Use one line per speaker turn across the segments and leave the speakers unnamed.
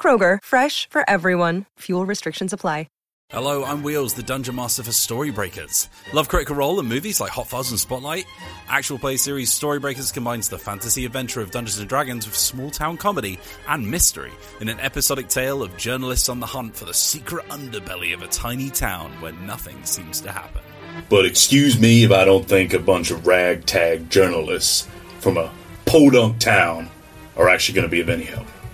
Kroger, fresh for everyone. Fuel restrictions apply.
Hello, I'm Wheels, the Dungeon Master for Storybreakers. Love critical role and movies like Hot Fuzz and Spotlight. Actual play series Storybreakers combines the fantasy adventure of Dungeons and Dragons with small town comedy and mystery in an episodic tale of journalists on the hunt for the secret underbelly of a tiny town where nothing seems to happen.
But excuse me if I don't think a bunch of ragtag journalists from a podunk town are actually going to be of any help.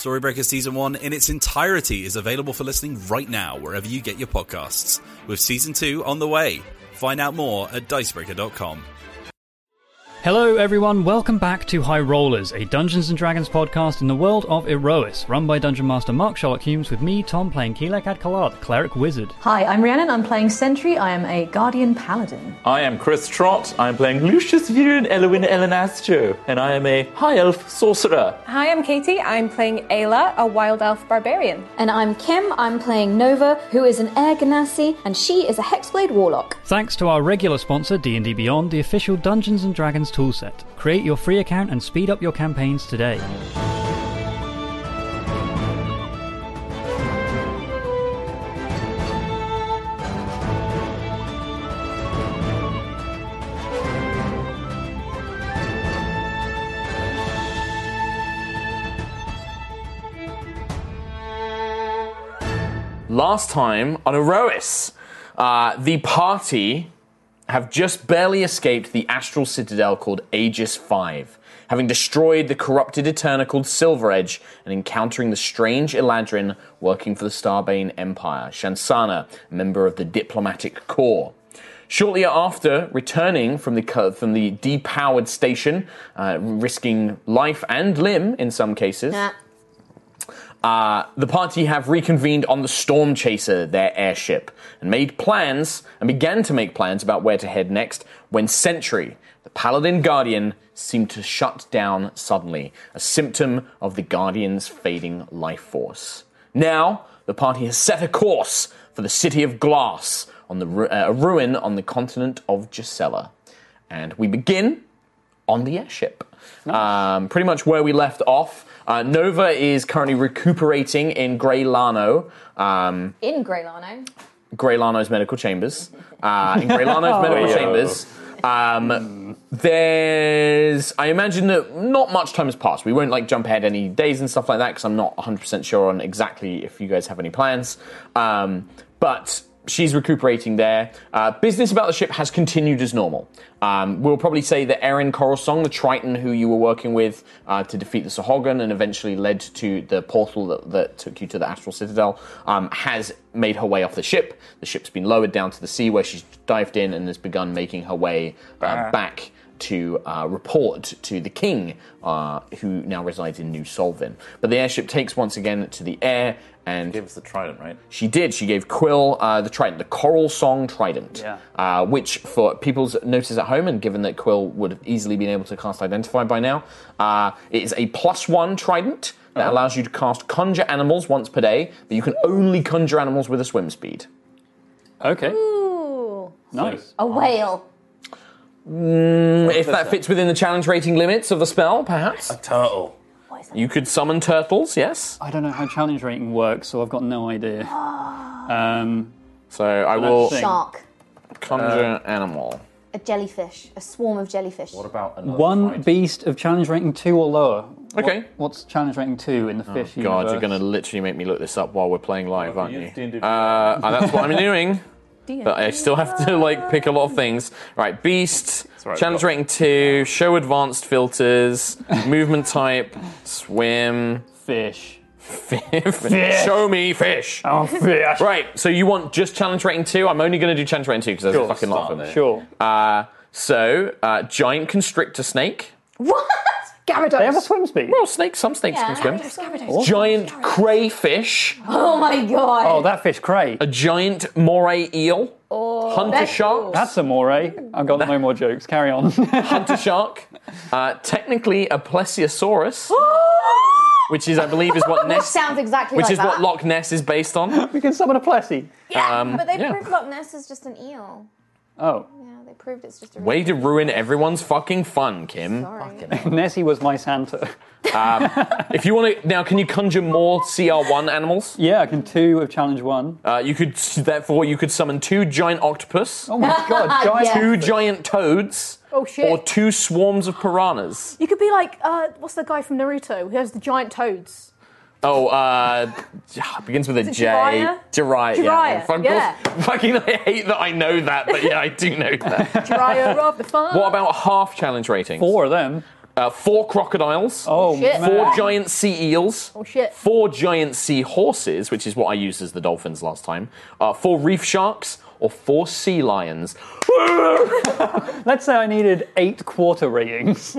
Storybreaker Season 1 in its entirety is available for listening right now wherever you get your podcasts, with Season 2 on the way. Find out more at dicebreaker.com.
Hello, everyone. Welcome back to High Rollers, a Dungeons and Dragons podcast in the world of Erois, run by Dungeon Master Mark Sherlock Humes, with me, Tom, playing Keelak Adkalar, the cleric wizard.
Hi, I'm Rhiannon. I'm playing Sentry. I am a Guardian Paladin.
I am Chris Trott. I'm playing Lucius Viren Elwin Elenastro, and I am a high elf sorcerer.
Hi, I'm Katie. I'm playing Ayla, a wild elf barbarian.
And I'm Kim, I'm playing Nova, who is an Air Ganassi, and she is a Hexblade Warlock.
Thanks to our regular sponsor, D&D Beyond, the official Dungeons and Dragons toolset. Create your free account and speed up your campaigns today.
Last time on Erois, uh, the party have just barely escaped the astral citadel called Aegis 5, having destroyed the corrupted Eterna called Silver Edge and encountering the strange Eladrin working for the Starbane Empire, Shansana, a member of the diplomatic corps. Shortly after returning from the co- from the depowered station, uh, risking life and limb in some cases, uh, the party have reconvened on the Storm Chaser, their airship, and made plans and began to make plans about where to head next when Sentry, the Paladin Guardian, seemed to shut down suddenly, a symptom of the Guardian's fading life force. Now, the party has set a course for the city of Glass, on the ru- uh, a ruin on the continent of Gisela. And we begin on the airship. Um, pretty much where we left off. Uh, Nova is currently recuperating in Grey Lano, um,
In Greylano.
Grey Lano's medical chambers. Uh, in Grey Lano's medical chambers. Um, there's, I imagine that not much time has passed. We won't like jump ahead any days and stuff like that because I'm not 100% sure on exactly if you guys have any plans. Um, but she's recuperating there. Uh, business about the ship has continued as normal. Um, we'll probably say that Erin Coralsong, the Triton who you were working with uh, to defeat the Sahogan and eventually led to the portal that, that took you to the Astral Citadel, um, has made her way off the ship. The ship's been lowered down to the sea where she's dived in and has begun making her way uh, back to uh, report to the king, uh, who now resides in New Solvin. But the airship takes once again to the air, and
Gives the trident, right?
she did. She gave Quill uh, the trident, the Coral Song Trident,
Yeah.
uh, which, for people's notice at home, and given that Quill would have easily been able to cast Identify by now, uh, it is a plus one trident that
Uh-huh.
allows you to cast Conjure Animals once per day, but you can only conjure animals with a swim speed.
Okay.
Ooh,
Nice.
a whale.
If that fits within the challenge rating limits of the spell, perhaps.
Turtle.
You could summon turtles, yes?
I don't know how challenge rating works, so I've got no idea. Um,
So I
Let's
will
see.
Shark.
Uh,
conjure animal.
A jellyfish. A swarm of jellyfish.
What about another
one
trident?
beast of challenge rating two or lower.
Okay.
what's challenge ranking two in the
Oh,
fish
God,
universe?
you're going to literally make me look this up while we're playing live, aren't
you
you?
use D&D.
Uh, and that's what I'm doing. But I still have to like pick a lot of things. Right, beast,
right,
challenge
we've got-
rating two, show advanced filters, movement type, swim,
fish.
fish. Show me fish.
Oh, fish.
Right, so you want just challenge rating two? I'm only going to do challenge rating two because there's a
Sure,
fucking lot of
start
them.
there.
Uh, so, uh, giant constrictor snake.
What? Gyarados.
They have a swim speed.
Well, snakes, some snakes
Yeah,
can
there's
swim.
Gyarados.
Giant crayfish.
Oh my god.
Oh, that fish cray.
A giant moray eel. hunter
that's
shark.
That's a moray. I've got no more jokes. Carry on.
Hunter shark. Uh, technically a plesiosaurus, which is, I believe, is what
Which
Ness.
sounds exactly
Oh. which
like
is what
that.
Loch Ness is based on.
we can summon a plessy.
Yeah,
Um,
but they
yeah.
proved Loch Ness is just an eel.
Oh,
Yeah, they proved it's just a.
Way to ruin everyone's fucking fun, Kim.
Oh,
Nessie was my Santa.
If you want to, now can you conjure more CR1 animals?
Yeah, I can two of challenge one.
Uh, you could therefore you could summon two giant octopus,
Oh my god, giant.
Yeah.
two giant toads,
Oh, shit.
or two swarms of piranhas.
You could be like, uh, what's the guy from Naruto who has the giant toads?
Oh, uh, begins with a
Is it
J.
Jiraiya?
Jiraiya.
Jiraiya,
Fuck
yeah.
off. Fucking, I hate that I know that, but yeah, I do know that.
Jiraiya, Rob the Fun.
What about half challenge ratings?
Four of them.
Uh, four crocodiles.
Oh,
shit.
man.
Four giant sea eels.
Oh shit.
Four giant sea horses, which is what I used as the dolphins last time. Uh, four reef sharks or four sea lions.
Let's say I needed eight quarter ratings.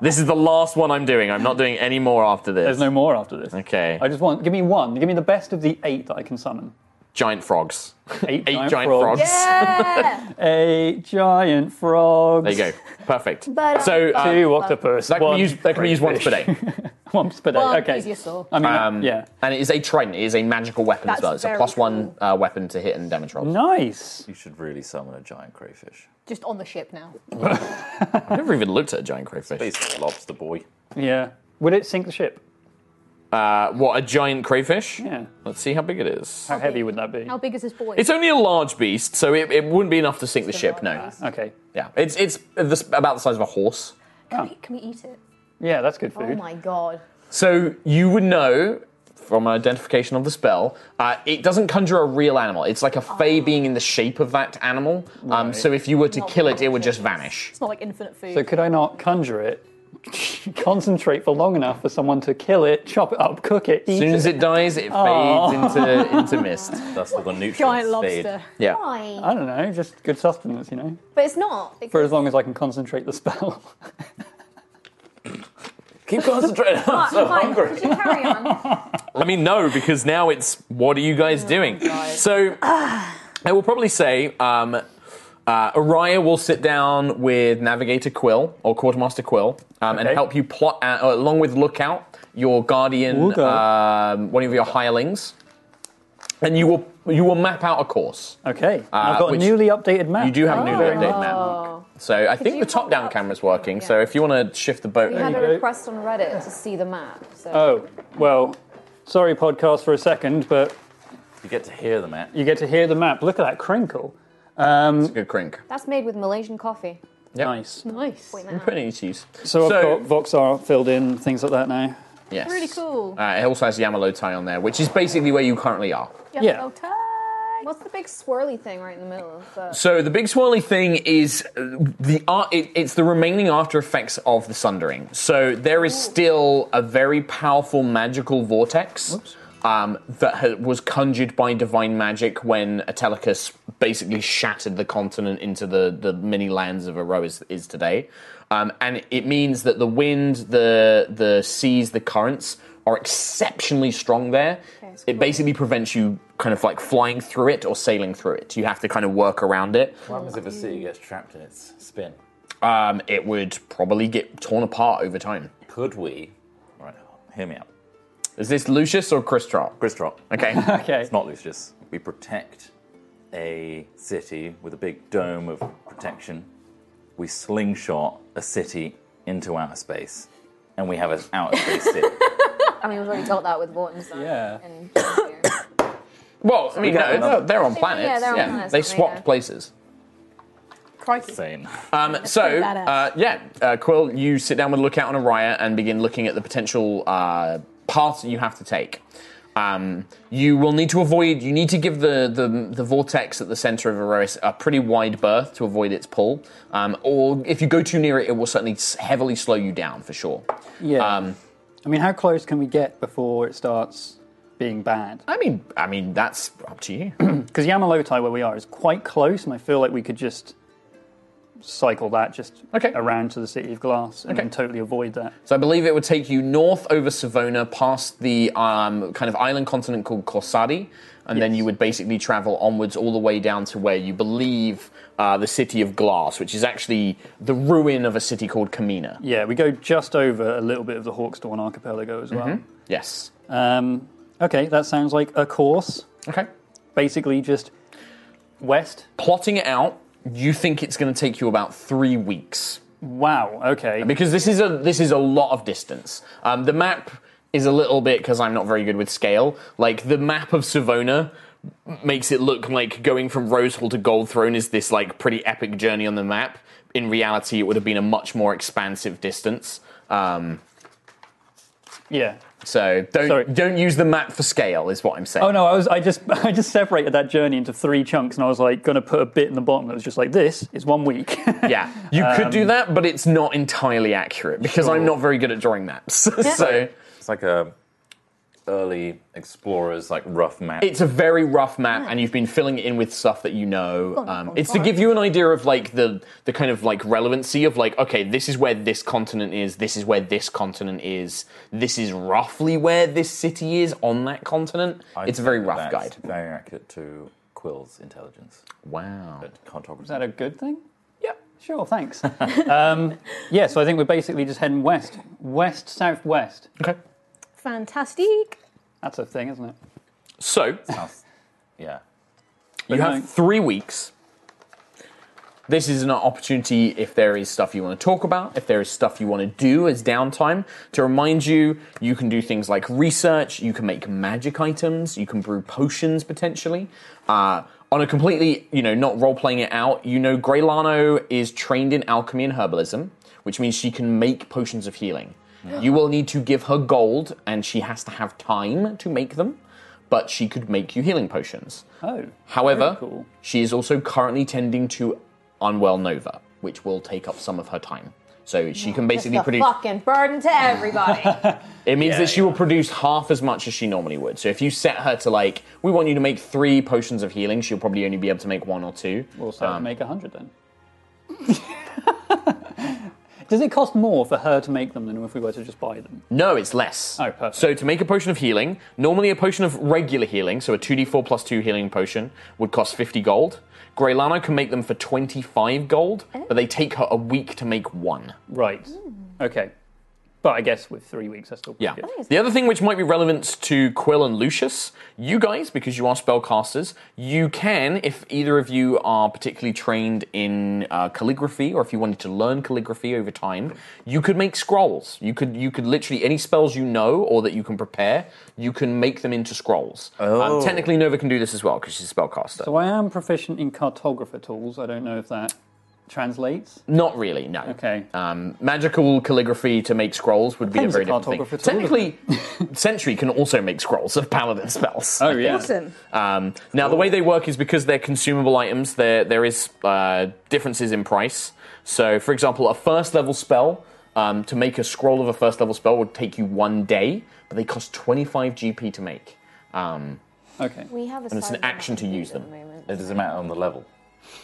this is the last one I'm doing. I'm not doing any more after this.
There's no more after this.
Okay.
I just want, give me one. Give me the best of the eight that I can summon.
Giant frogs.
Eight,
Eight giant frogs.
Yeah.
Eight giant frogs.
There you go. Perfect.
But,
so
Uh,
um,
Two octopus.
that can
one
be used. That can be used once per
crayfish.
day.
Once per day.
One
okay.
plesiosaur.
I
Uh,
mean,
Um,
yeah.
And it is a trident. It is a magical weapon
That's
as well. It's a
very
plus one uh, weapon to hit and damage roll.
Nice.
You should really summon a giant crayfish.
Just on the ship now.
I've never even looked at a giant crayfish.
Basically, lobster boy.
Yeah. Would it sink the ship?
Uh, what a giant crayfish!
Yeah.
Let's see how big it is.
How heavy would that be?
How big is this boy?
It's only a large beast, so it, it wouldn't be enough to sink the ship. No.
Okay.
Yeah. It's it's the, s- about the size of a horse.
can, we, can we eat it?
Yeah, that's good food.
Oh my god.
So you would know from identification of the spell, uh, it doesn't conjure a real animal. It's like a fey being in the shape of that animal. Um, So if you were to
Not
kill it,
really
it would just
delicious.
vanish.
It's not like infinite food.
So could I not conjure it? Concentrate for long enough for someone to kill it, chop it up, cook it, eat
As soon
it.
as it dies, it fades into into mist.
That's the one nutrient.
Giant lobster.
Yeah.
I don't know, just good sustenance, you know.
But it's not. It
For as long as I can concentrate the spell.
Keep concentrating. I'm so hungry.
Could you carry on?
I mean, no, because now it's what are you guys
Oh
doing? So I will probably say um, uh, Araya will sit down with Navigator Quill or Quartermaster Quill um, and
Okay.
help you plot, out, uh, along with Lookout, your guardian,
Ooga.
um, one of your hirelings, and you will you will map out a course.
Okay.
Ah,
I've got a
which-
newly updated map.
You do have a newly
Very
updated
nice.
map. So I think
you
the top
hold
down
up-
camera's working.
Yeah.
So if you want to shift the boat,
We
over-
had a
go.
request on Reddit to see the map. So.
Oh, well, sorry podcast for a second, but
You get to hear the man.
you get to hear the map. Look at that crinkle. Um,
good crink.
That's made with Malaysian coffee.
Nice.
Nice.
I'm putting it to use. So-
So, I've got Voxar filled in, things like that now.
Yes.
Really cool.
Uh, it also has Yamalo tie on there, which is basically where you currently are.
Yeah.
Yellow tie.
What's the big swirly thing right in the middle? Of the...
So the big swirly thing is uh, the ar- it, it's the remaining after effects of the sundering. So there is still a very powerful magical vortex um, that ha- was conjured by divine magic when Atelicus basically shattered the continent into the, the many lands of Erois is today. Um, and it means that the wind, the the seas, the currents are exceptionally strong there. it basically prevents you kind of like flying through it or sailing through it. You have to kind of work around it.
What happens if a city gets trapped in its spin?
Um, it would probably get torn apart over time.
Could we? Right, hear me out.
Is this Lucius or Christrop?
Chris Drop.
Okay.
Okay.
It's not Lucius. We protect a city with a big dome of protection. We slingshot a city into outer space, and we have an outer space city.
I mean, we've already got that with Vorten's.
Yeah.
And...
well, I mean,
got
no,
another-
they're on planets.
Yeah, they're on planets, aren't
They
they?
swapped
Yeah.
places.
Crikey.
Same.
Um, so,
pretty badass.
uh, yeah, uh, Quill, you sit down with Lookout and Araya and begin looking at the potential uh, paths that you have to take. Um, you will need to avoid. You need to give the the, the vortex at the center of Erois a pretty wide berth to avoid its pull. Um, or if you go too near it, it will certainly s- heavily slow you down for sure.
Yeah.
Um,
I mean, how close can we get before it starts being bad?
I mean, I mean that's up to you.
Because Yamalotai, where we are, is quite close, and I feel like we could just cycle that just around to the City of Glass and then totally avoid that.
So I believe it would take you north over Savona, past the um, kind of island continent called Corsari, and then you would basically travel onwards all the way down to where you believe uh, the city of Glass, which is actually the ruin of a city called Kamina.
Yeah, we go just over a little bit of the Hawksdawn Archipelago as well.
Mhm. Yes.
Um, okay, that sounds like a course.
Okay.
Basically, just west.
Plotting it out, you think it's going to take you about three weeks.
Wow. Okay.
Because this is a this is a lot of distance. Um, the map is a little bit because I'm not very good with scale. Like the map of Savona makes it look like going from Rose Hall to Gold Throne is this like pretty epic journey on the map. In reality, it would have been a much more expansive distance. Um,
Yeah.
so don't don't use the map for scale is what I'm saying.
Oh no, I was I just I just separated that journey into three chunks, and I was like going to put a bit in the bottom that was just like this is one week.
yeah, you could do
Um,
that, but it's not entirely accurate because I'm not very good at drawing maps. so
it's like a early explorers like rough map.
It's a very rough map, and you've been filling it in with stuff that you know. Um, it's to give you an idea of like the the kind of like relevancy of like, okay, this is where this continent is, this is where this continent is, this is roughly where this city is on that continent. it's a very rough guide.
That's Very accurate to Quill's intelligence.
Wow.
Cartography.
Is that a good thing? Yeah, sure, thanks. um, yeah, so I think we're basically just heading west, west, southwest.
Okay.
Fantastic.
That's a thing, isn't it?
So,
yeah.
You have three weeks. This is an opportunity if there is stuff you want to talk about, if there is stuff you want to do as downtime. To remind you, you can do things like research, you can make magic items, you can brew potions potentially. Uh, on a completely, you know, not role playing it out, you know, Greylano is trained in alchemy and herbalism, which means she can make potions of healing.
Yeah.
You will need to give her gold, and she has to have time to make them, but she could make you healing potions.
Oh.
However,
Very cool.
she is also currently tending to Unwell Nova, which will take up some of her time. So she can basically
Just a
produce.
fucking burden to everybody.
It means that she will produce half as much as she normally would. So if you set her to like, we want you to make three potions of healing, she'll probably only be able to make one or two.
We'll set her to make a hundred then. Does it cost more for her to make them than if we were to just buy them?
No, it's less. Oh, perfect. So to make a potion of healing, normally a potion of regular healing, so a 2d4 plus 2 healing potion, would cost 50 gold. Greylano can make them for 25 gold, but they take her a week to make one.
Right. Okay. But I guess with three weeks, that's still pretty
Yeah.
good.
The other thing which might be relevant to Quill and Lucius, you guys, because you are spellcasters, you can, if either of you are particularly trained in uh, calligraphy, or if you wanted to learn calligraphy over time, you could make scrolls. You could, you could literally any spells you know or that you can prepare, you can make them into scrolls.
Oh.
technically, Nova can do this as well because she's a spellcaster.
So I am proficient in cartographer tools. I don't know if that translates.
Not really, no.
Okay.
Um, magical calligraphy to make scrolls would be a
Things
very
are
different thing.
cartographer
Technically, Sentry can also make scrolls of paladin spells. Oh
yeah. Awesome.
Um, now the way they work is because they're consumable items. There there is uh, differences in price. So for example, a first level spell um, to make a scroll of a first level spell would take you one day, but they cost twenty five GP to make. Um,
okay.
We have a
and it's an
side
action to use them.
It doesn't matter on the level.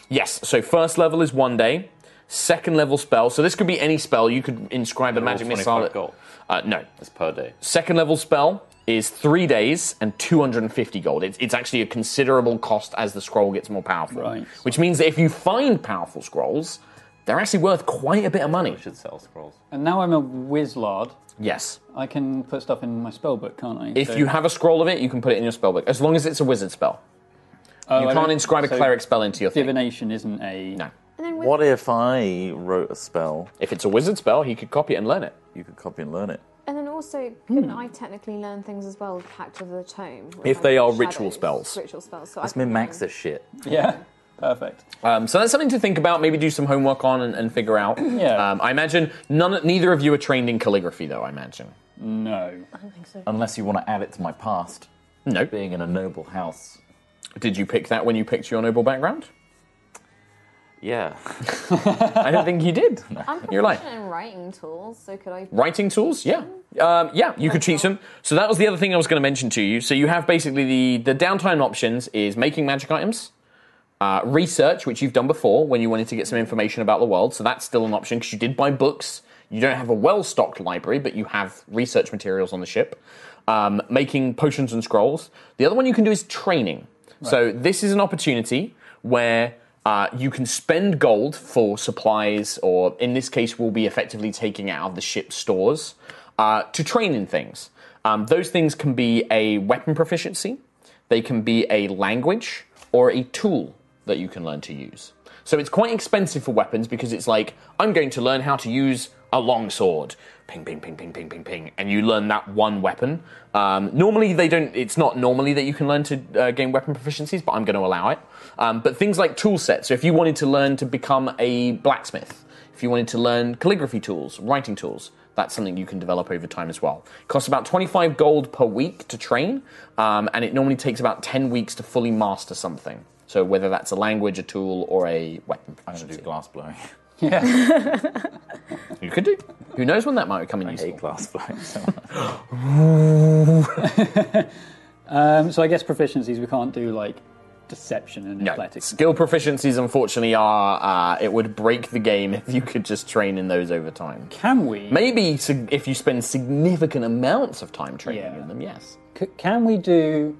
Yes. So first level is one day. Second level spell. So this could be any spell. You could inscribe a
They're all
magic
25
missile. at-
gold.
Uh, no.
It's per day.
Second level spell is three days and 250 gold. It's, it's actually a considerable cost as the scroll gets more powerful. Right. Which means that if you find powerful scrolls, they're actually worth quite a bit of money. We
should sell scrolls.
And now I'm a wizard.
Yes.
I can put stuff in my spellbook, can't I?
If you have a scroll of it, you can put it in your spellbook, as long as it's a wizard spell.
Oh,
Oh,
you can't inscribe a cleric spell into your
divination isn't a
no.
What if I wrote a spell?
If it's a wizard spell, he could copy it and learn it.
You could copy and learn it.
And then also, couldn't I technically learn things as well, Pact of the Tome? with,
If
like,
they are
shadows,
ritual spells.
Ritual spells. So I
Let's
can
min max this shit.
Yeah. Perfect.
Um, so that's something to think about. Maybe do some homework on and, and figure out.
Yeah.
Um, I imagine none, neither of you are trained in calligraphy, though. I imagine.
No.
I don't think
so. Unless you want to add it to my past.
No.
Being in a noble house.
Did you pick that when you picked your noble background?
Yeah.
I don't think you did.
I'm
You're lying.
proficient in writing tools, so could I?
Writing tools, yeah. Um, yeah, you could teach them. So that was the other thing I was going to mention to you. So you have basically the, the downtime options is making magic items, uh, research, which you've done before when you wanted to get some information about the world. So that's still an option because you did buy books. You don't have a well-stocked library, but you have research materials on the ship. Um, making potions and scrolls. The other one you can do is training. So this is an opportunity where uh, you can spend gold for supplies, or in this case, will be effectively taking out of the ship's stores uh, to train in things. Um, those things can be a weapon proficiency, they can be a language, or a tool that you can learn to use. So it's quite expensive for weapons because it's like, I'm going to learn how to use a longsword. Ping, ping, ping, ping, ping, ping, ping. And you learn that one weapon. Um, normally, they don't, it's not normally that you can learn to uh, gain weapon proficiencies, but I'm going to allow it. Um, but things like tool sets. So if you wanted to learn to become a blacksmith, if you wanted to learn calligraphy tools, writing tools, that's something you can develop over time as well. It costs about 25 gold per week to train, um, and it normally takes about 10 weeks to fully master something. So whether that's a language, a tool, or a weapon. I'm going to do glass blowing. Yeah. you could do. Who knows when that might come in I useful. hate
glass blowing
Um, so I guess proficiencies we can't do like deception and athletics.
Skill proficiencies, unfortunately, are uh, it would break the game if you could just train in those over time.
Can we?
Maybe sig- if you spend significant amounts of time training in them, yes.
C- can we do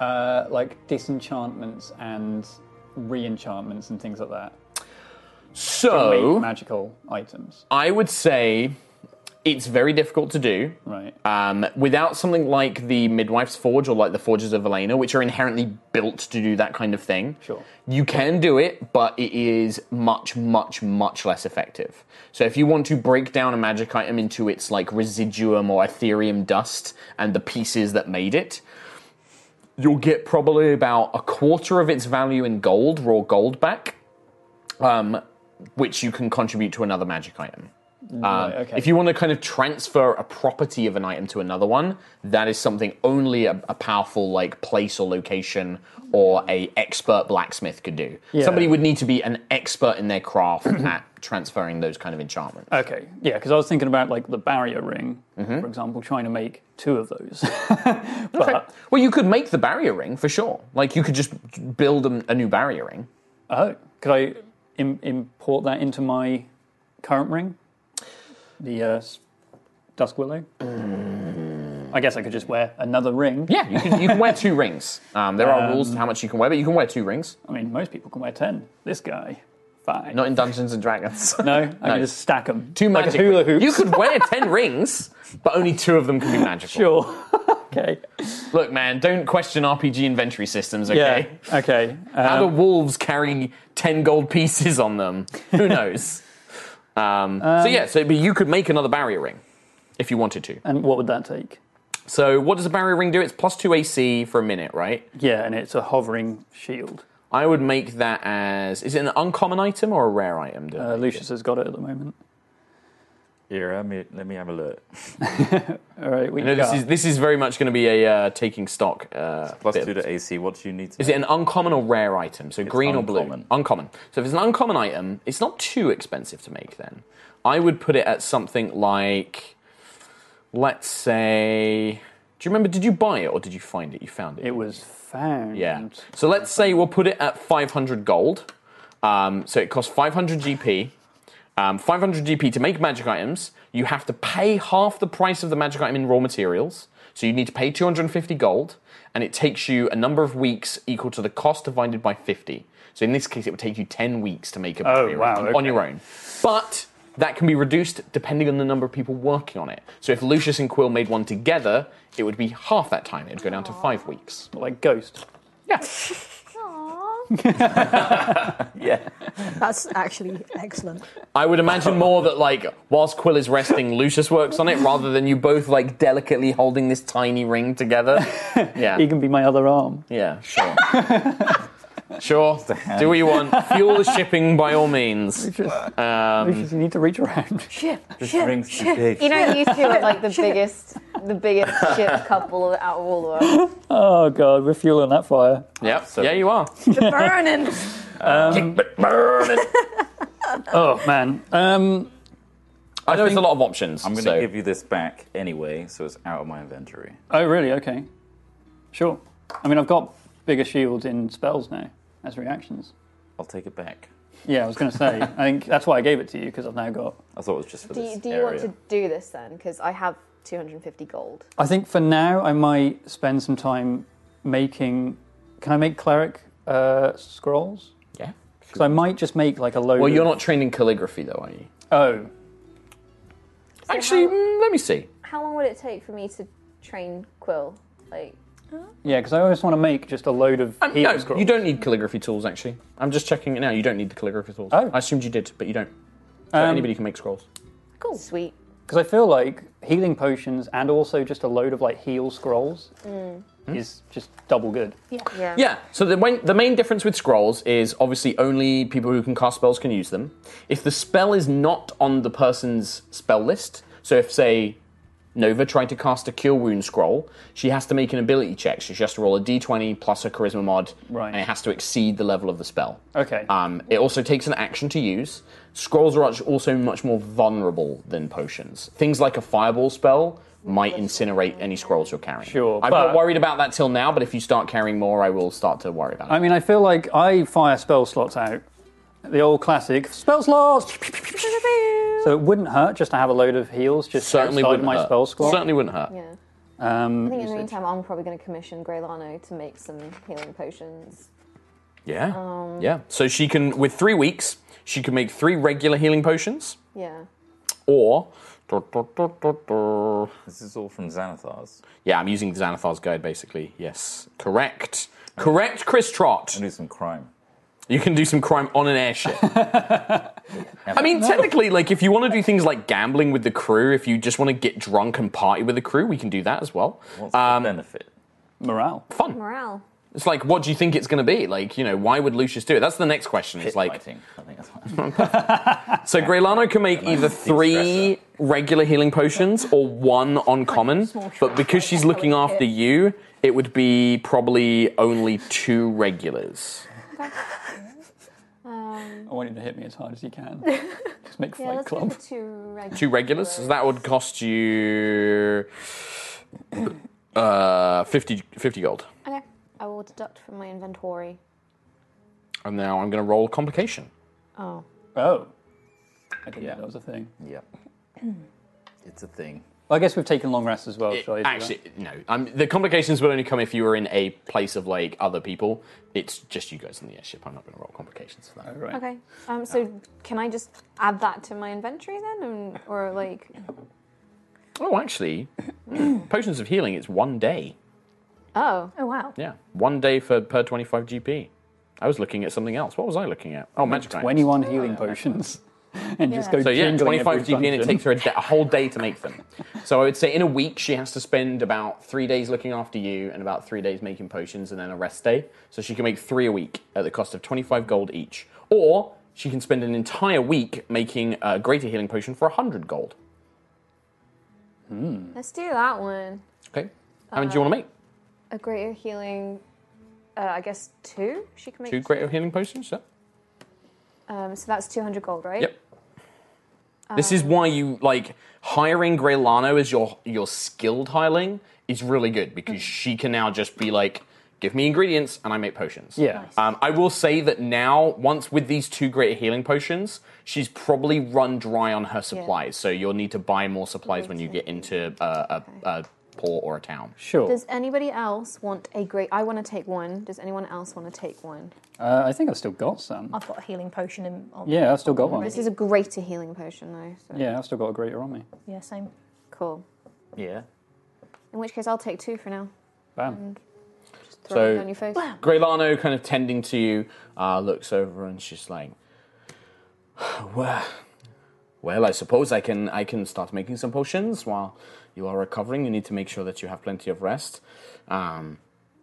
uh, like disenchantments and reenchantments and things like that?
So-
To make magical items.
I would say it's very difficult to do. Right. Um, without something like the Midwife's Forge or like the Forges of Elena, which are inherently built to do that kind of thing. Sure. You can do it, but it is much, much, much less effective. So if you want to break down a magic item into its like residuum or ethereum dust and the pieces that made it, you'll get probably about a quarter of its value in gold, raw gold back, um, which you can contribute to another magic item. Um,
Right, okay.
If you want to kind of transfer a property of an item to another one, that is something only a, a powerful like place or location or a expert blacksmith could do.
Yeah.
Somebody would need to be an expert in their craft at transferring those kind of enchantments.
Okay, yeah, because I was thinking about like the barrier ring, for example, trying to make two of those.
Mm-hmm. Okay. Well, you could make the barrier ring for sure. Like you could just build a, a new barrier ring.
Oh, could I Im- import that into my current ring? The uh, s- Dusk Willow? I guess I could just wear another ring.
Mm. Yeah, you can, you can wear two rings. Um, there are rules
Um,
to how much you can wear, but you can wear two rings.
I mean, most people can wear 10. This guy, five.
Not in Dungeons and Dragons.
No, I can just stack them.
Two
like a
magic
hula
rings.
hoop.
You could wear ten rings, but only two of them can be magical.
Sure. okay.
Look, man, don't question RPG inventory systems. Okay.
Yeah, okay.
how do
Um,
wolves carry ten gold pieces on them? Who knows? um, so
Um,
yeah, so but you could make another barrier ring if you wanted to.
And what would that take?
So what does a barrier ring do? It's plus two AC for a minute, right?
Yeah, and it's a hovering shield.
I would make that as is it an uncommon item or a rare item?
Uh, Lucius has got it at the moment.
Here, let me, let me have a look.
All right, we
I know this
got-
is this is very much going to be a uh, taking stock. Uh,
Plus
bit
two
of
to AC. What do you need to
Is it an uncommon or rare item? So green or blue?
uncommon.
Uncommon. So if it's an uncommon item, it's not too expensive to make then. I would put it at something like, let's say, do you remember, did you buy it or did you find it? You found it.
It was found.
Yeah. So let's say we'll put it at 500 gold. Um, so it costs 500 GP. Um, 500 GP to make magic items, you have to pay half the price of the magic item in raw materials. So you need to pay 250 gold, and it takes you a number of weeks equal to the cost divided by 50. So in this case, it would take you 10 weeks to make a
Oh,
material
wow,
item on
okay.
your own. But that can be reduced depending on the number of people working on it. So if Lucius and Quill made one together, it would be half that time. It would go down to five weeks.
Like Ghost.
Yeah. yeah.
That's actually excellent.
I would imagine more that like whilst Quill is resting, Lucius works on it rather than you both like delicately holding this tiny ring together. Yeah.
He can be my other arm.
Yeah, sure. Sure. Do what you want. Fuel the shipping by all means. Um,
Lucius, you need to reach around.
Shit.
Just
shit,
rings
shit,
the gate.
You know, you two are like the
Shit.
biggest, the biggest shit couple out of all of us.
Oh god, we're fueling that fire.
Yep. Yeah, you are.
You're burning.
Um, oh man. Um,
I know there's a lot of options.
I'm going to
so-
give you this back anyway, so it's out of my inventory.
oh really? Okay. Sure. I mean, I've got bigger shields in spells now as reactions.
I'll take it back.
Yeah, I was going to say. I think that's why I gave it to you because I've now got.
I thought it was just for
Do you, do you want to do this then? Because I have 250 gold.
I think for now I might spend some time making. Can I make cleric uh, scrolls?
Yeah.
Because I might just make like a load.
Well,
of-
you're not trained in calligraphy, though, are you?
Oh,
Actually, mm, let me see.
How long would it take for me to train Quill? Like,
yeah, because I always want to make just a load of.
Um,
healing
no,
scrolls.
you don't need calligraphy tools. Actually, I'm just checking it now. You don't need the calligraphy tools.
Oh.
I assumed you did, but you don't. So
Um,
anybody can make scrolls.
cool. Sweet.
Because I feel like healing potions and also just a load of like heal scrolls is just double good.
Yeah.
Yeah. So the, when, the main difference with scrolls is obviously only people who can cast spells can use them. If the spell is not on the person's spell list, so if say Nova tried to cast a cure wound scroll, she has to make an ability check. So she has to roll a d20 plus her charisma mod,
Right.
and it has to exceed the level of the spell.
Okay.
Um, it also takes an action to use. Scrolls are actu- also much more vulnerable than potions. Things like a fireball spell might incinerate any scrolls you're carrying.
Sure,
I'm
but-
not worried about that till now, but if you start carrying more, I will start to worry about it.
I mean, I feel like I fire spell slots out. The old classic spell slots. so it wouldn't hurt just to have a load of heals just
Certainly
outside
wouldn't
my
hurt.
spell slot.
Certainly wouldn't hurt.
Yeah. I
Um,
think in the
usage.
meantime, I'm probably going to commission Greylano to make some healing potions.
Yeah.
Um,
yeah. So she can, with three weeks, she can make three regular healing potions,
Yeah.
or.
This is all from Xanathar's.
Yeah, I'm using Xanathar's guide basically. Yes. Correct. Correct, Chris Trot.
do some crime.
You can do some crime on an airship. I mean, technically, like if you want to do things like gambling with the crew, if you just want to get drunk and party with the crew, we can do that as well.
What's the benefit?
Morale.
Fun.
Morale.
It's like, what do you think it's going to be? Like, you know, why would Lucius do it? That's the next question. It's like, so Greylano can make either three regular healing potions or one on common, but because she's looking after you, it would be probably only two regulars.
Um,
I want you to hit me as hard as you can. Just make
yeah,
Fight
let's go
Club.
for two regulars.
two regulars. So that would cost you uh, 50, 50 gold.
Okay. I will deduct from my inventory.
And now I'm going to roll complication.
Oh.
Oh, I didn't know that was a thing.
Yep. It's a thing.
Well, I guess we've taken long rests as well. shall I do that?
Actually, no. Um, the complications would only come if you were in a place of like other people. It's just you guys in the airship. I'm not going to roll complications for that.
right.
Okay. Um, so can I just add that to my inventory then, and, or like?
Oh, actually, potions of healing. It's one day.
Oh. Oh wow.
Yeah, one day for per 25 GP. I was looking at something else. What was I looking at? Oh, magic items.
Twenty-one healing potions, and just go.
So yeah,
jingling
25
every
GP, and it
dungeon.
takes her a, da- a whole day to make them. So I would say in a week she has to spend about three days looking after you and about three days making potions and then a rest day. So she can make three a week at the cost of 25 gold each, or she can spend an entire week making a greater healing potion for 100 gold.
Let's do that one.
Okay, how many do you want to make?
A greater healing. Uh, I guess two. She can make
Two greater healing potions. Yeah.
Um, so that's 200 gold, right?
Yep. This is why you like hiring Greylano as your your skilled hireling is really good because she can now just be like, give me ingredients and I make potions.
Yeah. Nice.
Um, I will say that now, once with these two greater healing potions, she's probably run dry on her supplies. So you'll need to buy more supplies when you get into uh, a, a port or a town.
Sure.
Does anybody else want a great? I want to take one. Does anyone else want to take one?
Uh, I think I've still got some.
I've got a healing potion in. On,
Yeah, I've still got one.
This is a greater healing potion, though. So.
Yeah, I've still got a greater on me.
Yeah, same.
Cool.
Yeah.
In which case, I'll take two for now.
Bam.
Just throw it
So-
on your face.
Greylano kind of tending to you uh, looks over and she's like, "Well, well, I suppose I can I can start making some potions while you are recovering. You need to make sure that you have plenty of rest. Um,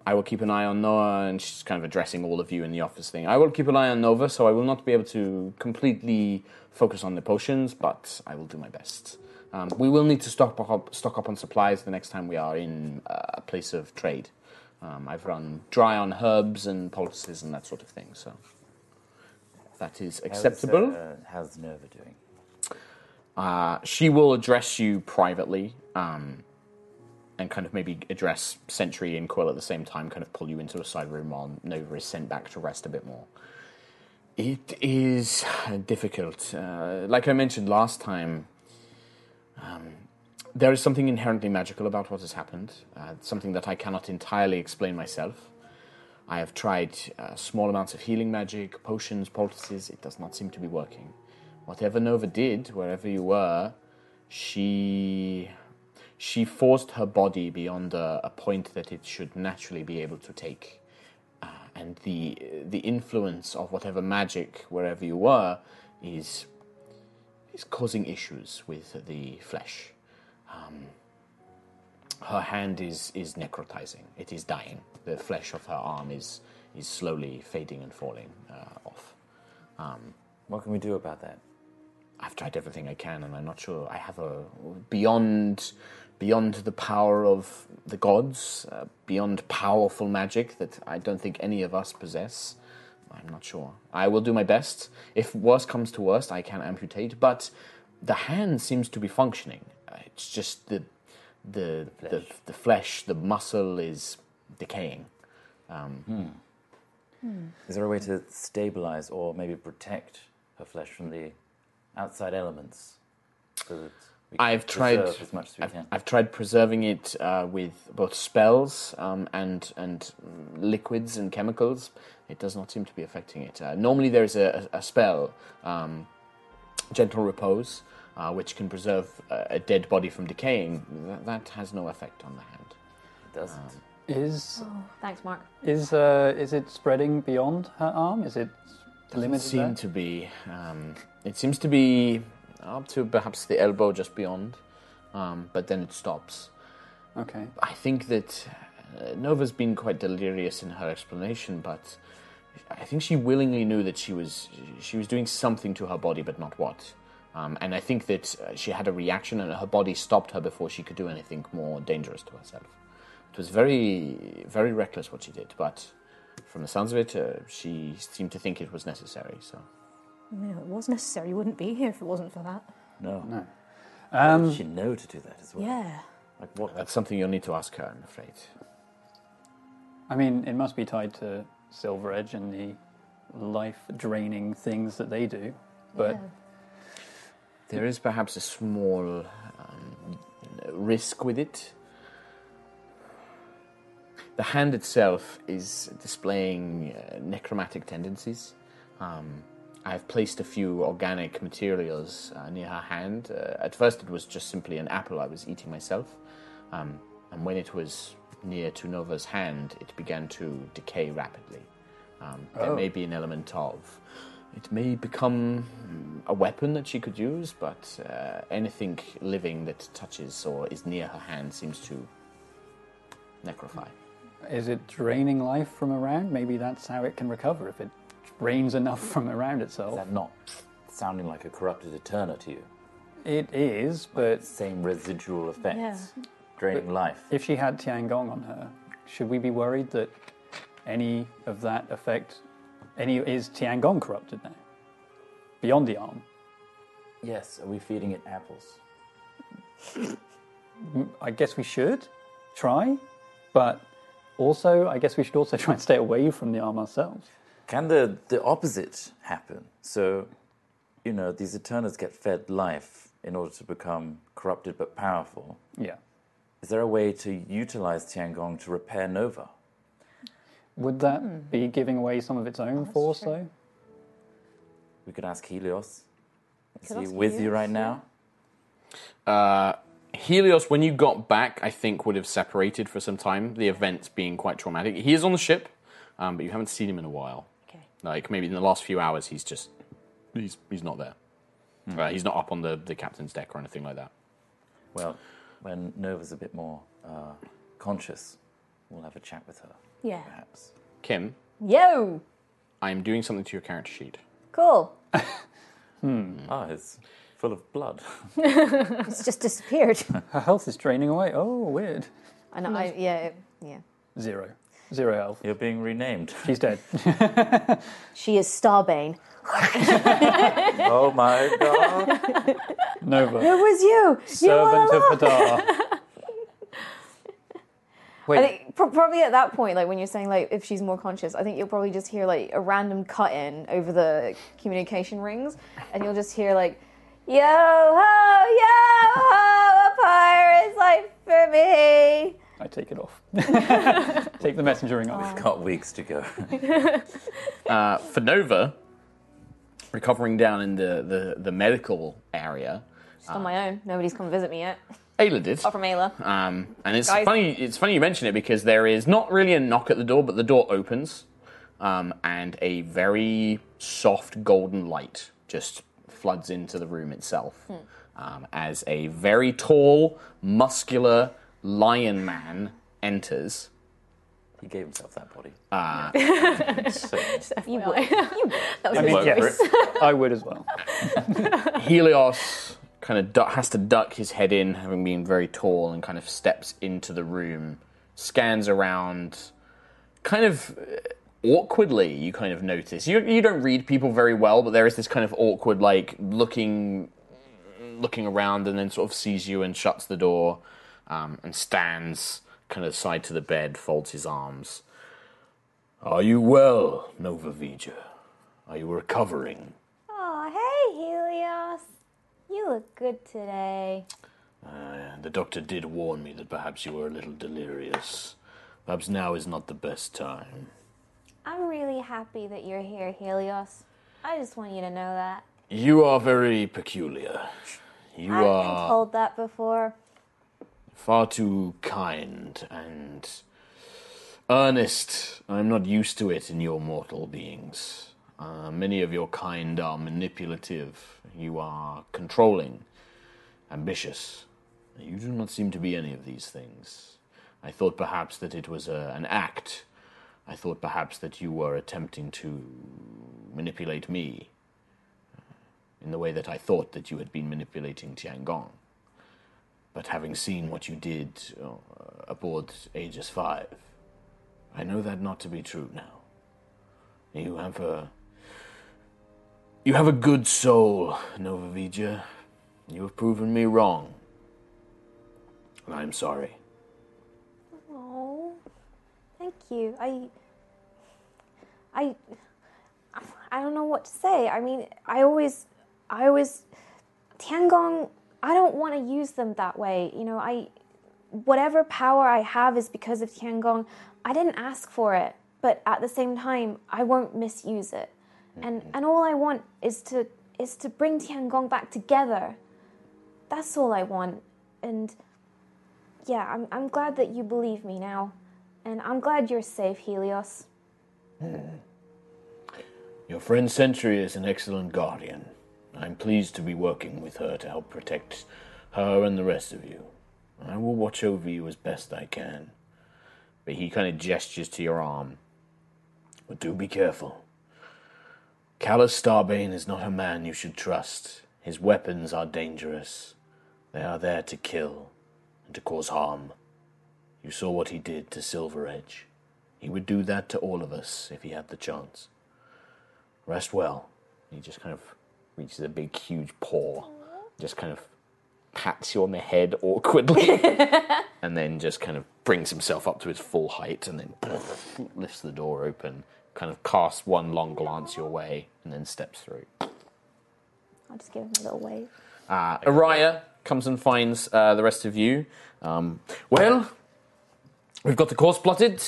I will keep an eye on Noah, and she's kind of addressing all of you in the office thing. I will keep an eye on Nova, so I will not be able to completely focus on the potions, but I will do my best. Um, we will need to stock up, stock up on supplies the next time we are in uh, a place of trade. Um, I've run dry on herbs and poultices and that sort of thing, so that is acceptable.
How's, uh, how's Nova doing?
Uh, she will address you privately um, and kind of maybe address Sentry and Quill at the same time, kind of pull you into a side room while Nova is sent back to rest a bit more. It is difficult. Uh, like I mentioned last time, um, there is something inherently magical about what has happened, uh, something that I cannot entirely explain myself. I have tried uh, small amounts of healing magic, potions, poultices. It does not seem to be working. Whatever Nova did, wherever you were, she she forced her body beyond a, a point that it should naturally be able to take, uh, and the the influence of whatever magic, wherever you were, is is causing issues with the flesh. Um, her hand is is necrotizing. It is dying. The flesh of her arm is is slowly fading and falling uh, off. Um,
what can we do about that?
I've tried everything I can, and I'm not sure. I have a beyond beyond the power of the gods, uh, beyond powerful magic that I don't think any of us possess. I'm not sure. I will do my best. If worst comes to worst, I can amputate. But the hand seems to be functioning. Uh, It's just the the the the, flesh, the muscle is decaying. Um,
Is there a way to stabilize or maybe protect her flesh from the outside elements? So that we can
I've tried
preserve as much as we
I've,
can.
I've tried preserving it uh, with both spells um, and and mm, liquids and chemicals. It does not seem to be affecting it. Uh, normally, there is a, a a spell, um, gentle repose, uh, which can preserve uh, a, a dead body from decaying. That, that has no effect on the hand.
It doesn't.
Is
Oh, thanks, Mark.
is uh, is it spreading beyond her arm? Is it
doesn't
limited?
seem
there?
to be. Um, it seems to be up to perhaps the elbow, just beyond, um, but then it stops.
Okay.
I think that uh, Nova's been quite delirious in her explanation, but I think she willingly knew that she was she was doing something to her body, but not what. Um, and I think that uh, she had a reaction, and her body stopped her before she could do anything more dangerous to herself. It was very, very reckless what she did, but from the sounds of it, uh, she seemed to think it was necessary. So
No, it was necessary. You wouldn't be here if it wasn't for that.
No. No.
Um,
she know to do that as well.
Yeah.
Like what?
That's something you'll need to ask her, I'm afraid.
I mean, it must be tied to Silver Edge and the life-draining things that they do. But
There is perhaps a small um, risk with it. The hand itself is displaying uh, necromantic tendencies. Um, I've placed a few organic materials uh, near her hand. Uh, at first, it was just simply an apple I was eating myself. Um, and when it was near to Nova's hand, it began to decay rapidly. Um, There
Oh.
may be an element of. It may become mm, a weapon that she could use, but uh, anything living that touches or is near her hand seems to necrophile.
is it draining life from around? Maybe that's how it can recover if it drains enough from around itself.
Is that not sounding like a corrupted Eterna to you?
It is, but
same residual effects, draining life.
If she had Tiangong on her, should we be worried that any of that effect, any is Tiangong corrupted now? Beyond the arm,
Yes. Are we feeding it apples?
M- I guess we should try, but also I guess we should also try and stay away from the arm ourselves.
Can the the opposite happen? So, you know, these Eternals get fed life in order to become corrupted but powerful.
Yeah.
Is there a way to utilize Tiangong to repair Nova?
Would that be giving away some of its own force though?
We could ask Helios. Is
Could
he
ask
with you
Helios,
right now?
Uh, Helios, when you got back, I think would have separated for some time. The events being quite traumatic. He is on the ship, um, but you haven't seen him in a while. Okay. Like maybe in the last few hours, he's just he's he's not there.
Hmm.
Uh, he's not up on the, the captain's deck or anything like that.
Well, when Nova's a bit more uh, conscious, We'll have a chat with her.
Yeah.
Kim,
Yo!
I am doing something to your character sheet.
Cool.
Hmm. Ah, it's full of blood.
it's just disappeared.
Her health is draining away. Oh, weird.
I know, I, yeah, it- yeah.
Zero. Zero health.
You're being renamed.
She's dead.
She is Starbane.
oh my god.
It
Nova.
was you! you
Servant
were alive!
of Hadar.
I
Wait.
think pro- probably at that point, like when you're saying like if she's more conscious, I think you'll probably just hear like a random cut in over the communication rings, and you'll just hear like, "Yo ho, yo ho, a pirate's life for me."
I take it off. take the messenger ring off.
Oh.
We've got weeks to go.
Uh, for Nova, recovering down in the, the, the medical area,
Just on my own. Nobody's come visit me yet,
Ayla did.
apart Ah. Oh, from Ayla.
Um, and it's
Guys.
funny. It's funny you mention it because there is not really a knock at the door, but the door opens, um, and a very soft golden light just floods into the room itself
Hmm.
um, as a very tall, muscular lion man enters.
He gave himself that body.
Uh,
you would. You would. That was
I
a
mean,
choice.
yes.
I would as well.
Helios kind of duck, has to duck his head in, having been very tall, and kind of steps into the room, scans around, kind of uh, awkwardly. You kind of notice you you don't read people very well, but there is this kind of awkward like looking, looking around, and then sort of sees you and shuts the door, um, and stands kind of side to the bed, folds his arms. Are you well, Nova Vija? Are you recovering?
Oh, hey, Helios. You look good today.
Uh, the doctor did warn me that perhaps you were a little delirious. Perhaps now is not the best time.
I'm really happy that you're here, Helios. I just want you to know that.
You are very peculiar. You
I've been
uh,
are
told that before.
far too kind and earnest. I'm not used to it in your mortal beings. Uh, many of your kind are manipulative. You are controlling, ambitious. You do not seem to be any of these things. I thought perhaps that it was a, an act. I thought perhaps that you were attempting to manipulate me uh, in the way that I thought that you had been manipulating Tiangong. But having seen what you did uh, aboard Aegis Five, I know that not to be true now. You have a you have a good soul, Novavija. You have proven me wrong, and I am sorry.
Oh, thank you. I, I, I don't know what to say. I mean, I always, I always, Tiangong. I don't want to use them that way. You know, I, whatever power I have is because of Tiangong. I didn't ask for it, but at the same time, I won't misuse it. And and all I want is to is to bring Tiangong back together. That's all I want. And yeah, I'm, I'm glad that you believe me now. And I'm glad you're safe, Helios.
Your friend Sentry is an excellent guardian. I'm pleased to be working with her to help protect her and the rest of you. I will watch over you as best I can.
But he kind of gestures to your arm.
But do be careful. Callus Starbane is not a man you should trust. His weapons are dangerous. They are there to kill and to cause harm. You saw what he did to Silver Edge. He would do that to all of us if he had the chance. Rest well.
He just kind of reaches a big, huge paw, just kind of pats you on the head awkwardly, and then just kind of brings himself up to his full height, and then lifts the door open, kind of casts one long glance your way, and then steps through.
I'll just give him a little wave.
Uh, Araya comes and finds uh, the rest of you. Um, well, we've got the course plotted.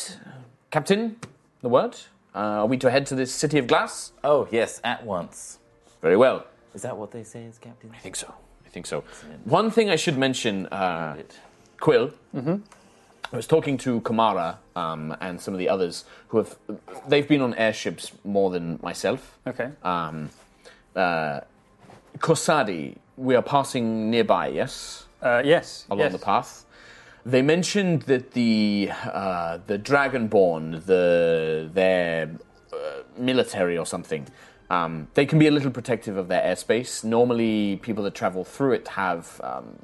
Captain, the word? Uh, are we to head to this city of glass?
Oh, yes, at once.
Very well.
Is that what they say is captain? I
think so. I think so. One thing I should mention, uh, Quill.
Mhm.
I was talking to Kamara um, and some of the others who have. They've been on airships more than myself.
Okay.
Um, uh, Kosadi, we are passing nearby. Yes.
Uh, yes.
Along
yes.
the path, They mentioned that the uh, the Dragonborn, the their uh, military or something, um, they can be a little protective of their airspace. Normally, people that travel through it have um,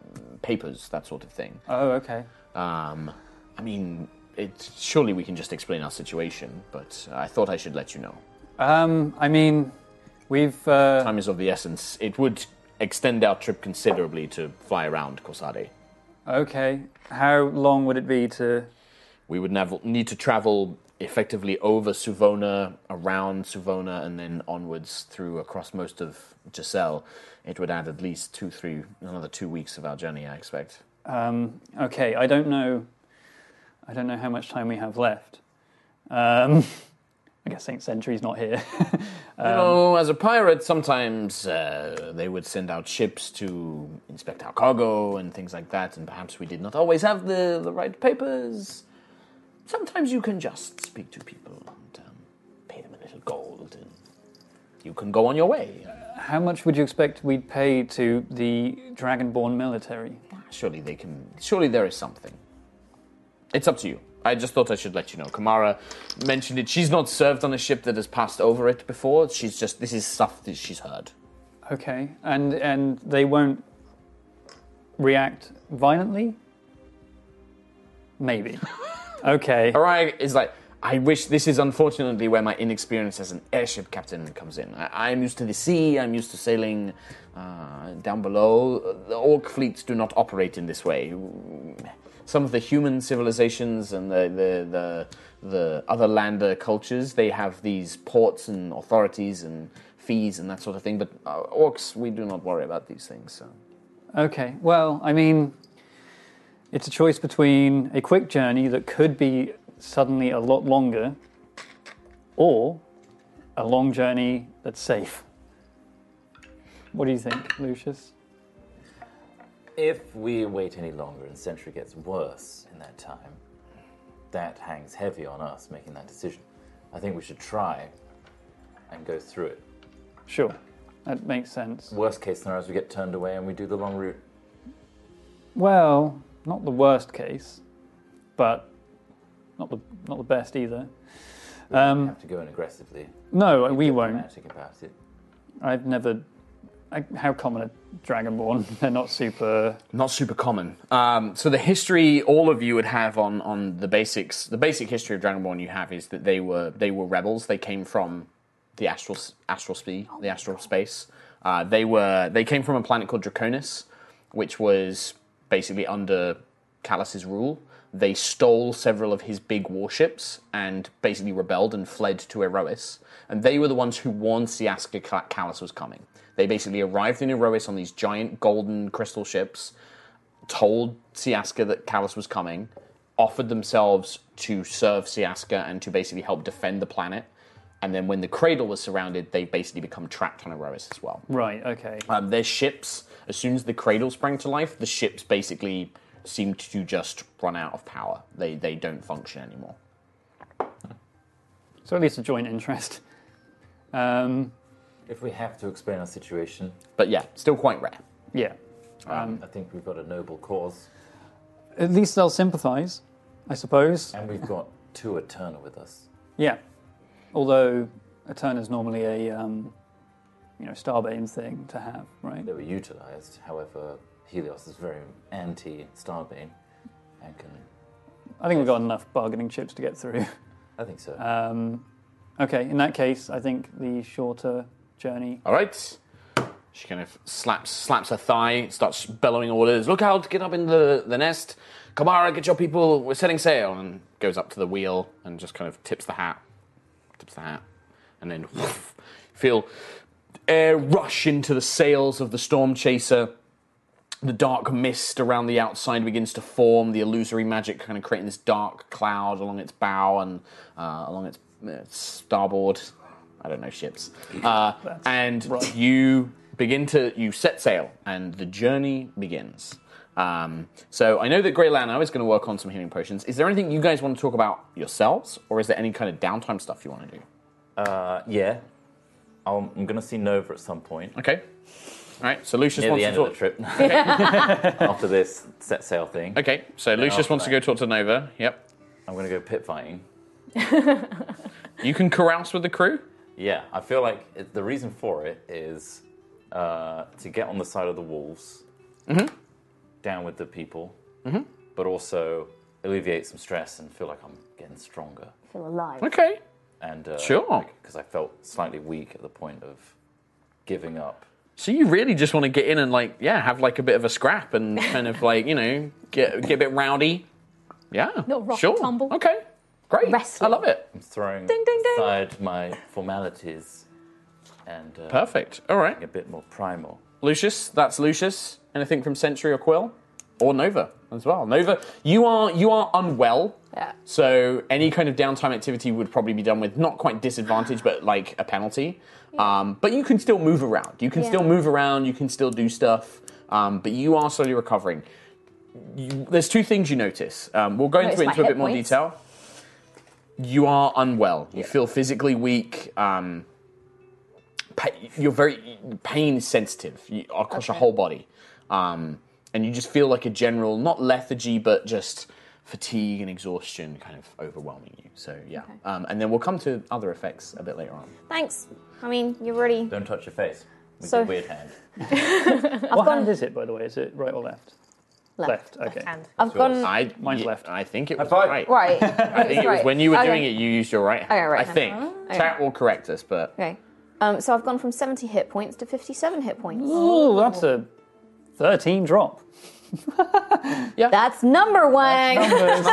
papers, that sort of thing.
Oh, okay.
Um, I mean, it, surely we can just explain our situation, but I thought I should let you know.
Um, I mean, we've. Uh...
Time is of the essence. It would extend our trip considerably to fly around Corsade.
Okay. How long would it be to.
We would nav- need to travel effectively over Suvona, around Suvona, and then onwards through across most of Giselle. It would add at least two, three, another two weeks of our journey, I expect.
Um, okay, I don't know. I don't know how much time we have left. Um, I guess Saint Sentry's not here.
you know, as a pirate, sometimes uh, they would send out ships to inspect our cargo and things like that, and perhaps we did not always have the, the right papers. Sometimes you can just speak to people and um, pay them a little gold, and you can go on your way.
How much would you expect we'd pay to the Dragonborn military?
Surely they can. Surely there is something. It's up to you. I just thought I should let you know. Kamara mentioned it. She's not served on a ship that has passed over it before. She's just this is stuff that she's heard.
Okay, and and they won't react violently. Maybe. okay.
Arai is like, I wish this is unfortunately where my inexperience as an airship captain comes in. I, I'm used to the sea, I'm used to sailing uh, down below. The orc fleets do not operate in this way. Some of the human civilizations and the, the, the, the other lander cultures, they have these ports and authorities and fees and that sort of thing, but uh, orcs, we do not worry about these things. So.
Okay. Well, I mean, it's a choice between a quick journey that could be suddenly a lot longer, or a long journey that's safe. What do you think, Lucius?
If we wait any longer and Sentry gets worse in that time, that hangs heavy on us making that decision. I think we should try and go through it.
Sure, that makes sense.
Worst case scenario is we get turned away and we do the long route.
Well, not the worst case, but not the not the best either.
We um, have to go in aggressively.
No, we won't.
About it.
I've never. I, how common are Dragonborn? They're not super.
Not super common. Um, so the history all of you would have on on the basics. The basic history of Dragonborn you have is that they were they were rebels. They came from the astral astral spe, the astral space. Uh, they were they came from a planet called Draconis, which was basically under Callus's rule they stole several of his big warships and basically rebelled and fled to Erois. And they were the ones who warned Siaska Callus was coming. They basically arrived in Erois on these giant golden crystal ships, told Siaska that Callus was coming, offered themselves to serve Siaska and to basically help defend the planet. And then when the cradle was surrounded, they basically become trapped on Erois as well.
Right, okay.
Um, their ships, as soon as the cradle sprang to life, the ships basically seem to just run out of power. They they don't function anymore.
So at least a joint interest. Um,
if we have to explain our situation,
but yeah, still quite rare.
Yeah,
um, um, I think we've got a noble cause.
At least they'll sympathise, I suppose.
And we've got two Eterna with us.
Yeah, although Eterna's normally a um, you know starbane thing to have, right?
They were utilised, however. Helios is very anti Starbane and can.
I think we've got enough bargaining chips to get through.
I think so.
Um, okay, in that case, I think the shorter journey.
All right. She kind of slaps slaps her thigh, starts bellowing orders. Look out! Get up in the, the nest. Kamara, get your people. We're setting sail. And goes up to the wheel and just kind of tips the hat, tips the hat, and then whoosh, feel air rush into the sails of the storm chaser the dark mist around the outside begins to form, the illusory magic kind of creating this dark cloud along its bow and uh, along its uh, starboard. I don't know ships. Uh, and right. you begin to you set sail, and the journey begins. Um, so I know that Grey Lano is going to work on some healing potions. Is there anything you guys want to talk about yourselves, or is there any kind of downtime stuff you want to do?
yeah, I'm going to see Nova at some point.
Okay. All right, so Lucius
Near
wants
the
to
end
talk.
of the trip.
After
this set sail thing.
Okay, so
Yeah,
Lucius
after
wants to go
that.
talk to Nova. Yep.
I'm going to go pit fighting.
You can carouse with the crew?
Yeah, I feel like it, the reason for it is uh, to get on the side of the wolves,
Mhm.
down with the people,
Mhm.
but also alleviate some stress and feel like I'm getting stronger.
Feel alive.
Okay.
And uh,
Sure.
because I felt slightly weak at the point of giving up.
So you really just want to get in and like, yeah, have like a bit of a scrap and kind of like, you know, get get a bit rowdy. Yeah.
Little rock
sure.
tumble.
Okay. Great. I love it.
I'm throwing
Ding, ding, ding.
aside my formalities and uh,
Perfect. All right.
A bit more primal.
Lucius, that's Lucius. Anything from Sentry or Quill? Or Nova as well. Nova, you are you are unwell.
Yeah.
So any kind of downtime activity would probably be done with not quite disadvantage, but like a penalty. Um, but you can still move around. You can
Yeah.
still move around. You can still do stuff. Um, but you are slowly recovering. You, there's two things you notice. Um, we'll go
Notice
into it
my
into a
hit
bit more
points.
detail. You are unwell. You feel physically weak. Um, pa- you're very pain sensitive you, across your
Okay.
whole body, um, and you just feel like a general not lethargy but just fatigue and exhaustion kind of overwhelming you. So yeah, um, and then we'll come to other effects a bit later on.
Thanks. I mean, you're really.
Don't touch your face.
with So- your weird
hand.
what hand is it, by the way? Is it right or left? Left. okay.
I've gone.
I, Mine's left. I think it was right.
Right.
I think it was
Right.
when you were
Okay.
doing it, you used your right hand.
Okay, right
I
hand.
think.
Okay.
Chat will correct us, but
Okay. Um, so I've gone from 70 hit points to 57 hit points.
Ooh, that's a 13 drop.
That's number one.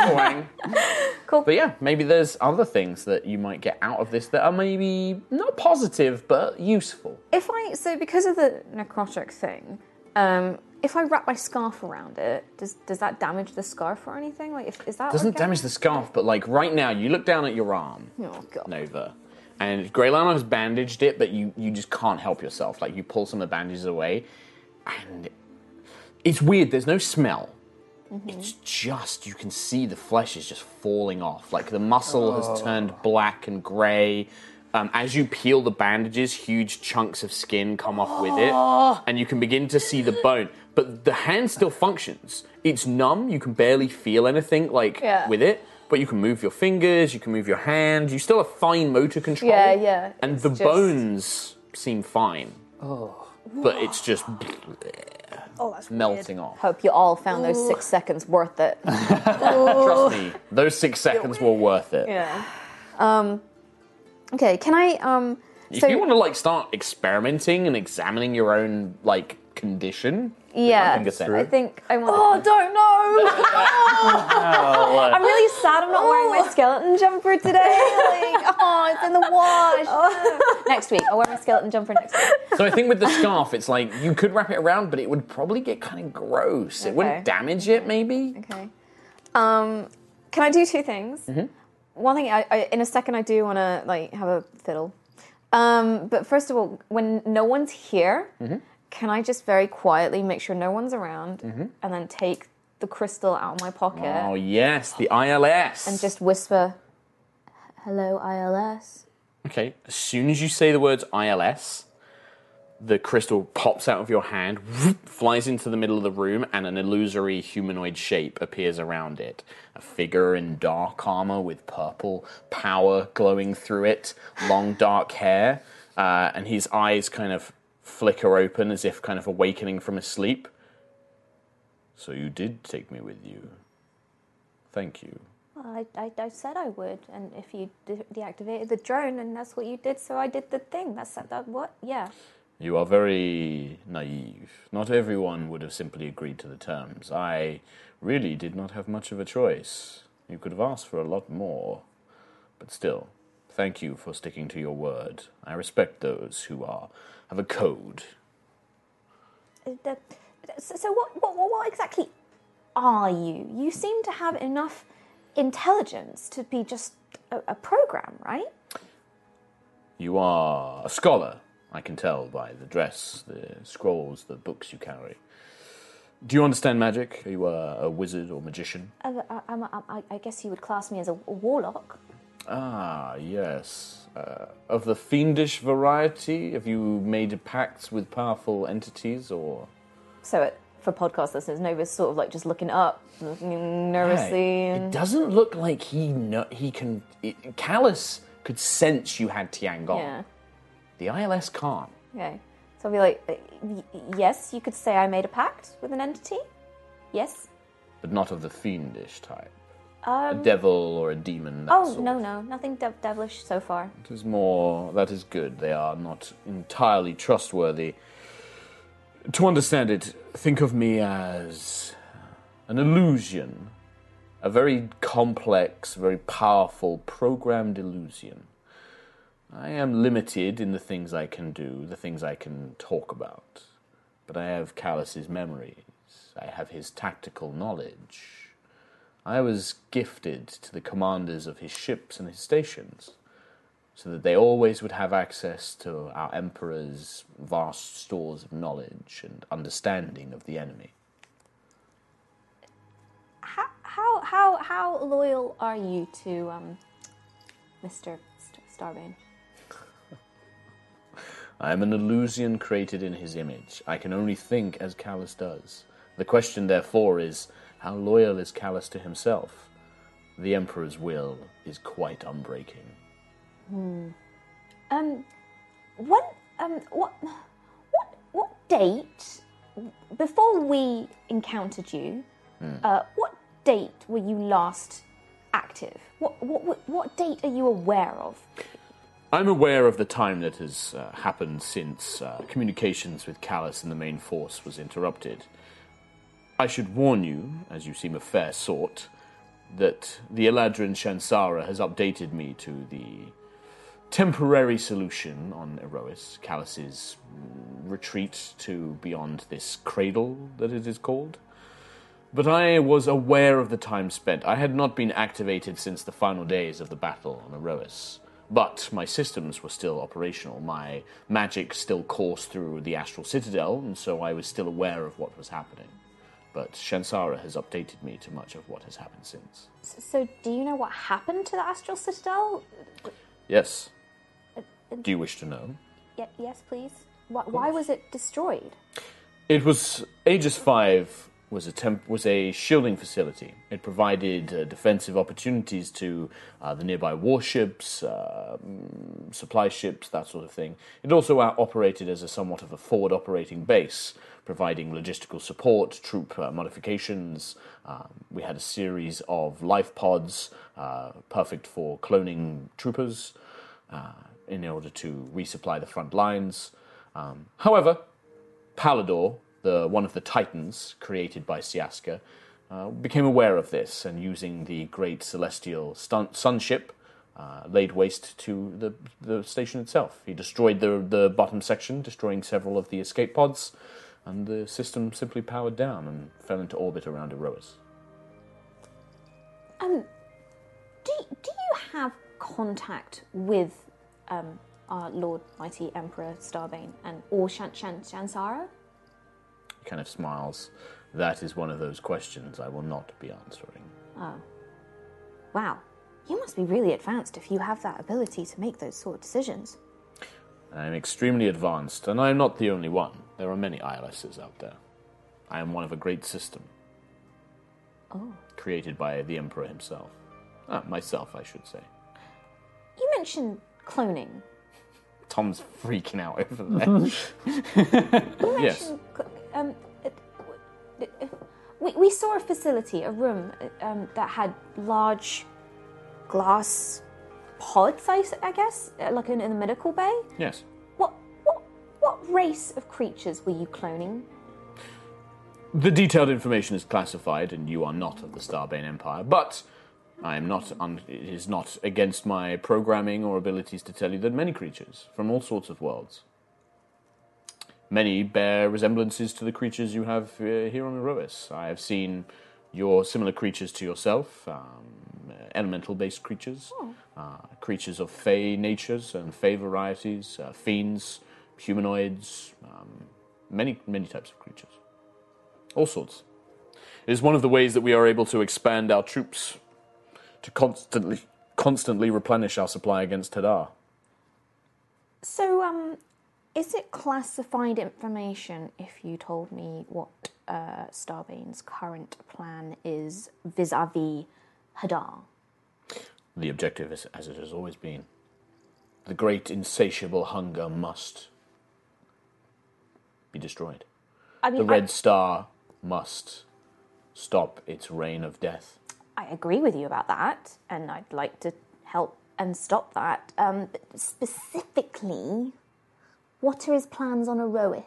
cool. But yeah, maybe there's other things that you might get out of this that are maybe not positive but useful.
If I so because of the necrotic thing, um, if I wrap my scarf around it, does does that damage the scarf or anything? Like, if, is that
Doesn't
okay?
damage the scarf, but like right now, you look down at your arm,
Oh god.
Nova, and Grey Lana has bandaged it, but you you just can't help yourself. Like you pull some of the bandages away, and it's weird. There's no smell.
Mm-hmm.
It's just you can see the flesh is just falling off. Like the muscle has
Oh.
turned black and grey. Um, as you peel the bandages, huge chunks of skin come off with
Oh.
it, and you can begin to see the bone. But the hand still functions. It's numb. You can barely feel anything like
Yeah.
with it, but you can move your fingers. You can move your hand. You still have fine motor control.
Yeah, yeah.
And
it's
the
just-
bones seem fine,
Oh.
but it's just
Oh, that's
melting off.
Hope you all found those six seconds worth it.
Oh.
Trust me, those six seconds were worth it.
Yeah. Um. Okay. Can I? Um.
If
so
you want to like start experimenting and examining your own like condition,
yeah,
I think it's through.
I think I want. Oh, don't know.
I'm really sad I'm not wearing my
Oh.
skeleton jumper today. Like, oh, it's in the wash.
next week, I'll wear my skeleton jumper next week.
so I think with the scarf, it's like you could wrap it around, but it would probably get kind of gross. It
Okay.
wouldn't damage it, maybe.
Okay. Um. Can I do two things?
Mhm.
One thing, I, I, in a second, I do want to like have a fiddle. Um, but first of all, when no one's here,
Mm-hmm.
can I just very quietly make sure no one's around,
Mhm.
and then take the crystal out of my pocket
Oh yes, the ILS.
and just whisper, "Hello, ILS."
Okay, as soon as you say the words ILS, the crystal pops out of your hand, flies into the middle of the room, and an illusory humanoid shape appears around it. A figure in dark armor with purple power glowing through it, long dark hair, uh, and his eyes kind of flicker open as if kind of awakening from a sleep. So you did take me with you. Thank you.
I, I, I said I would, and if you de- deactivated the drone, and that's what you did, so I did the thing. That's that. What? Yeah.
You are very naive. Not everyone would have simply agreed to the terms. I really did not have much of a choice. You could have asked for a lot more. But still, thank you for sticking to your word. I respect those who are have a code.
Uh, that- So, so what, what? What? What exactly are you? You seem to have enough intelligence to be just a, a program, right?
You are a scholar, I can tell by the dress, the scrolls, the books you carry. Do you understand magic? Are you a, a wizard or magician?
um,
Uh, I, I'm a- I- I guess you would class me as a, a warlock.
Ah, yes. Uh, of the fiendish variety, have you made pacts with powerful entities or.
So it, for podcast listeners, Nova's sort of like just looking up, looking nervously.
Hey,
and...
It doesn't look like he kno- he can. It, Callus could sense you had Tiang on.
Yeah.
The ILS can't.
Okay.
So I'll be like, uh, y- yes, you could say I made a pact with an entity. Yes.
but not of the fiendish type?
Um,
a devil or a demon? That
oh
sort.
no, no, nothing dev- devilish so far.
It is more. That is good. They are not entirely trustworthy. To understand it, think of me as an illusion. A very complex, very powerful, programmed illusion. I am limited in the things I can do, the things I can talk about. But I have Callus's memories, I have his tactical knowledge. I was gifted to the commanders of his ships and his stations, so that they always would have access to our Emperor's vast stores of knowledge and understanding of the enemy.
How how how loyal are you to um, Mister St- Starbane?
I am an illusion created in his image. I can only think as Callus does. The question, therefore, is how loyal is Callus to himself? The Emperor's will is quite unbreaking.
Hmm. Um, when um what what what date before we encountered you?
Hmm.
Uh, what date were you last active? What, what what what date are you aware of?
I'm aware of the time that has uh, happened since uh, communications with Callus and the main force was interrupted. I should warn you, as you seem a fair sort, that the Eladrin Shansara has updated me to the temporary solution on Erois, Callus's mm, retreat to beyond this cradle that it is called. But I was aware of the time spent. I had not been activated since the final days of the battle on Erois. But my systems were still operational. My magic still coursed through the Astral Citadel, and so I was still aware of what was happening. But Shansara has updated me to much of what has happened since.
S- So, do you know what happened to the Astral Citadel?
Yes.
Uh, uh,
Do you wish to know?
Ye- yes, please. Why, why was it destroyed?
It was Aegis Five was a temp, was a shielding facility. It provided uh, defensive opportunities to uh, the nearby warships, uh, mm, supply ships, that sort of thing. It also out- operated as a somewhat of a forward operating base, providing logistical support, troop uh, modifications. Um, we had a series of life pods, uh, perfect for cloning troopers, uh, in order to resupply the front lines. Um, however, Palador, the one of the Titans created by Siaska, uh, became aware of this and, using the great celestial stun- sunship, uh, laid waste to the the station itself. He destroyed the the bottom section, destroying several of the escape pods, and the system simply powered down and fell into orbit around Erois.
Um, do, do you have contact with um, our Lord Mighty Emperor Starbane and or Shan, Shan, Shansara?
He kind of smiles. That is one of those questions I will not be answering.
Oh. Wow. You must be really advanced if you have that ability to make those sort of decisions.
I am extremely advanced, and I am not the only one. There are many ILSs out there. I am one of a great system.
Oh.
Created by the Emperor himself. Ah, myself, I should say.
You mentioned cloning.
Tom's freaking out over there. yes.
Um, it- it- it- we, we saw a facility, a room uh, um, that had large glass pods, I, s- I guess, uh, like in, in the medical bay.
Yes.
What, what, what race of creatures were you cloning?
The detailed information is classified, and you are not of the Starbane Empire, but I am not. Un- it is not against my programming or abilities to tell you that many creatures from all sorts of worlds. Many bear resemblances to the creatures you have uh, here on Erois. I have seen your similar creatures to yourself, um, elemental-based creatures, uh, creatures of fey natures and fey varieties, uh, fiends, humanoids, um, many many types of creatures. All sorts. It is one of the ways that we are able to expand our troops to constantly
constantly replenish our supply against Tadar.
So, um, is it classified information if you told me what uh, Starbane's current plan is vis a vis Hadar?
The objective is as it has always been. The great insatiable hunger must be destroyed.
I mean,
the
I-
Red Star must stop its reign of death.
I agree with you about that, and I'd like to help and stop that. Um, but specifically, what are his plans on Erois?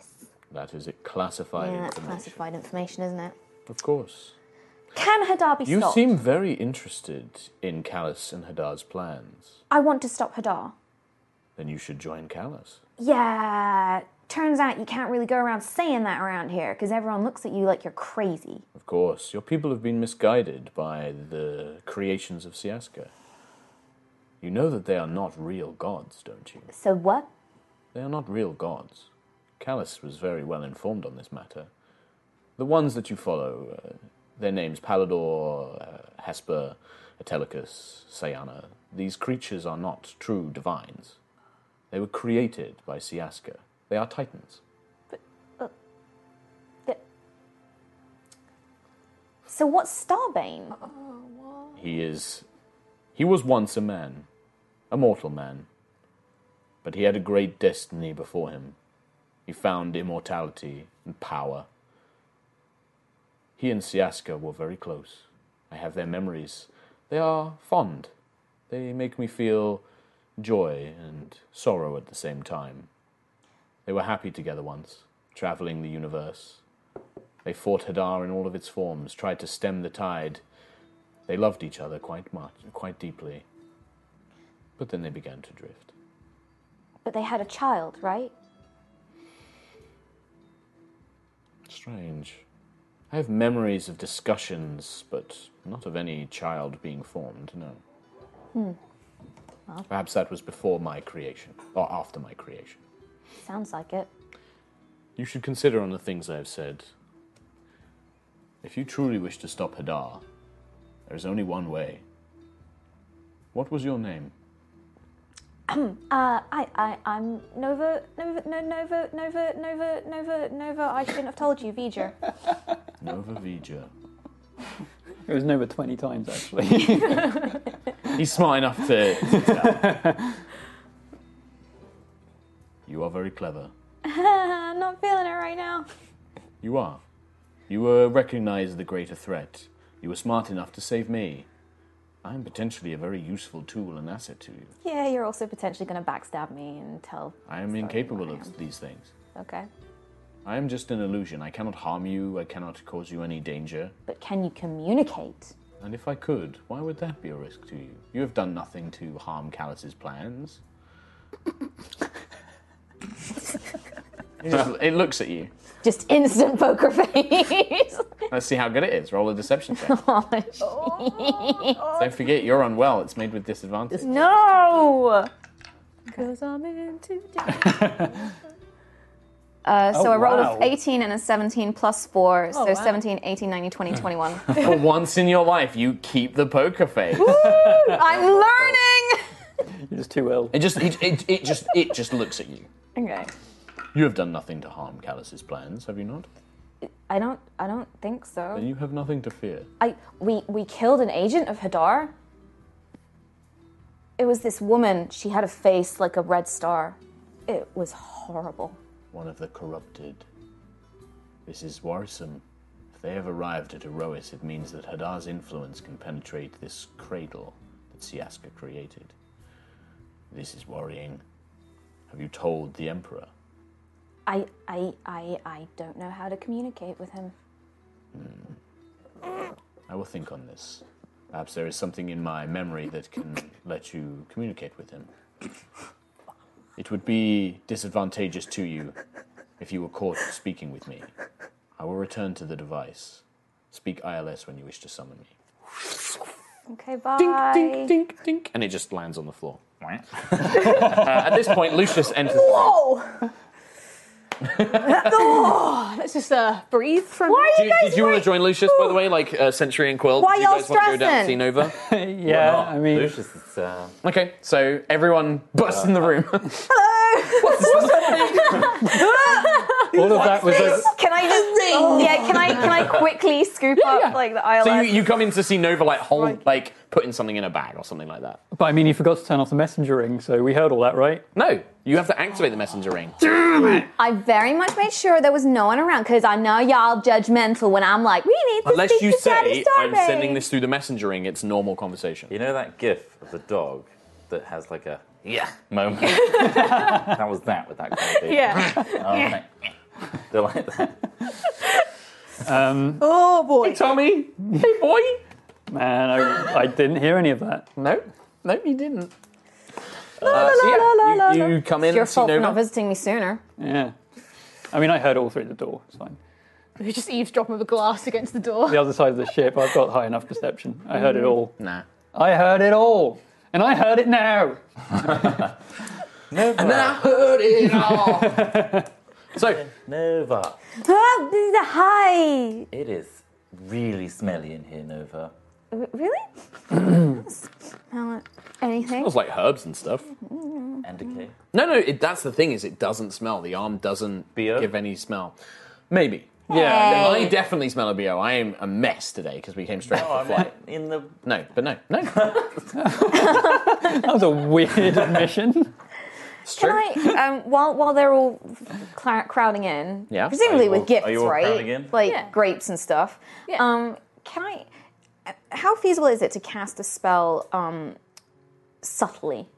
That is it classified
yeah, that's
information.
classified information, isn't it?
Of course.
Can Hadar be
You
stopped?
seem very interested in Callus and Hadar's plans.
I want to stop Hadar.
Then you should join Callus.
Yeah, turns out you can't really go around saying that around here because everyone looks at you like you're crazy.
Of course, your people have been misguided by the creations of Siaska. You know that they are not real gods, don't you?
So what?
They are not real gods. Callus was very well informed on this matter. The ones that you follow, uh, their names Palador, uh, Hesper, Atelicus, Sayana, these creatures are not true divines. They were created by Siaska. They are titans.
So what's Starbane?
He is. He was once a man, a mortal man. But he had a great destiny before him. He found immortality and power. He and Siaska were very close. I have their memories. They are fond. They make me feel joy and sorrow at the same time. They were happy together once, traveling the universe. They fought Hadar in all of its forms, tried to stem the tide, they loved each other quite much, quite deeply. But then they began to drift.
But they had a child, right?
Strange. I have memories of discussions, but not of any child being formed, no.
Hmm.
Perhaps that was before my creation, or after my creation.
Sounds like it.
You should consider on the things I have said. If you truly wish to stop Hadar, there is only one way. What was your name?
uh, I, I, I'm Nova, Nova, no, Nova, Nova, Nova, Nova, Nova. I shouldn't have told you, Vija.
Nova Vija.
It was Nova 20 times, actually.
He's smart enough to. you are very clever.
I'm not feeling it right now.
You are. You uh, recognize the greater threat. You were smart enough to save me. I am potentially a very useful tool and asset to you.
Yeah, you're also potentially going to backstab me and tell.
I am incapable of these things.
Okay,
I am just an illusion. I cannot harm you. I cannot cause you any danger.
but can you communicate?
And if I could, why would that be a risk to you? You have done nothing to harm Callus's plans. It just- it looks at you.
Just instant poker face.
Let's see how good it is. Roll a deception check.
oh,
Don't forget, you're unwell. It's made with disadvantage.
no.
Because I'm into
Uh, so
Oh,
a roll
wow.
of 18 and a 17 plus 4, so
Oh, wow.
17, 18, 19, 20, 21.
For once in your life, you keep the poker face.
I'm learning!
You're just too ill. It just, it, it, it just, it just looks at you.
Okay.
You have done nothing to harm Callus's plans, have you not?
I don't. I don't think
Then
so.
you have nothing to fear.
I we we killed an agent of Hadar. It was this woman. She had a face like a red star. It was horrible.
One of the corrupted. This is worrisome. If they have arrived at Erois, it means that Hadar's influence can penetrate this cradle that Siaska created. This is worrying. Have you told the Emperor?
I I I I don't know how to communicate with him.
I will think on this. Perhaps there is something in my memory that can let you communicate with him. It would be disadvantageous to you if you were caught speaking with me. I will return to the device. Speak ILS when you wish to summon me.
Okay, bye.
dink, dink, dink. And it just lands on the floor. Uh, at this point, Lucius enters.
Whoa!
oh, let's just uh, breathe for a
Why
Do you, did you want to join Lucius, by the way, like uh, Century and Quill?
Why
do you
y'all
guys want to go down and
stressing?
see Nova?
yeah, I mean,
Lucius is. Uh,
Okay, so everyone busts in the room.
All of that was over.
Can I just
Oh.
Yeah, can I can I quickly scoop up like the eyelash?
So you, you come in to see Nova like hold like putting something in a bag or something like that.
But I mean, you forgot to turn off the messenger ring, so we heard all that, right?
No, you have to activate the messenger ring.
I very much made sure there was no one around because I know y'all judgmental when I'm like, we need to
Unless
speak
you
to Daddy
say I'm
Starbase."
sending this through the messenger ring, it's normal conversation.
You know that gif of the dog that has like a yeah moment? that was that with that kind of thing.
Yeah.
Okay. They're like that.
Um,
Oh boy. Hey
Tommy. Hey boy.
man, I, I didn't hear any of that.
No, no, you didn't.
Uh,
so yeah,
la, la,
you,
la.
you come in
It's your
and see
fault for not
Nova.
visiting me sooner.
Yeah. I mean, I heard all through the door. It's fine.
You just eavesdrop with a glass against the door.
The other side of the ship, I've got high enough perception. I heard it all.
Nah.
I heard it all. And I heard it now.
And then I heard it all. so
Nova.
Hi.
It is really smelly in here, Nova.
Really? Smell it. Anything?
Smells like herbs and stuff.
And okay.
No, no, it, that's the thing is it doesn't smell. The arm doesn't give any smell. Maybe.
Oh.
Yeah.
I definitely smell a BO. I am a mess today because we came straight off the flight.
In the
No, but no, no.
That was a weird admission.
Can I, um, while while they're all cla crowding in,
Yeah.
presumably
Are you
with
all-
gifts,
are you all
right?
crowding in?
Like
Yeah.
grapes and stuff. Um, can I? How feasible is it to cast a spell um, subtly?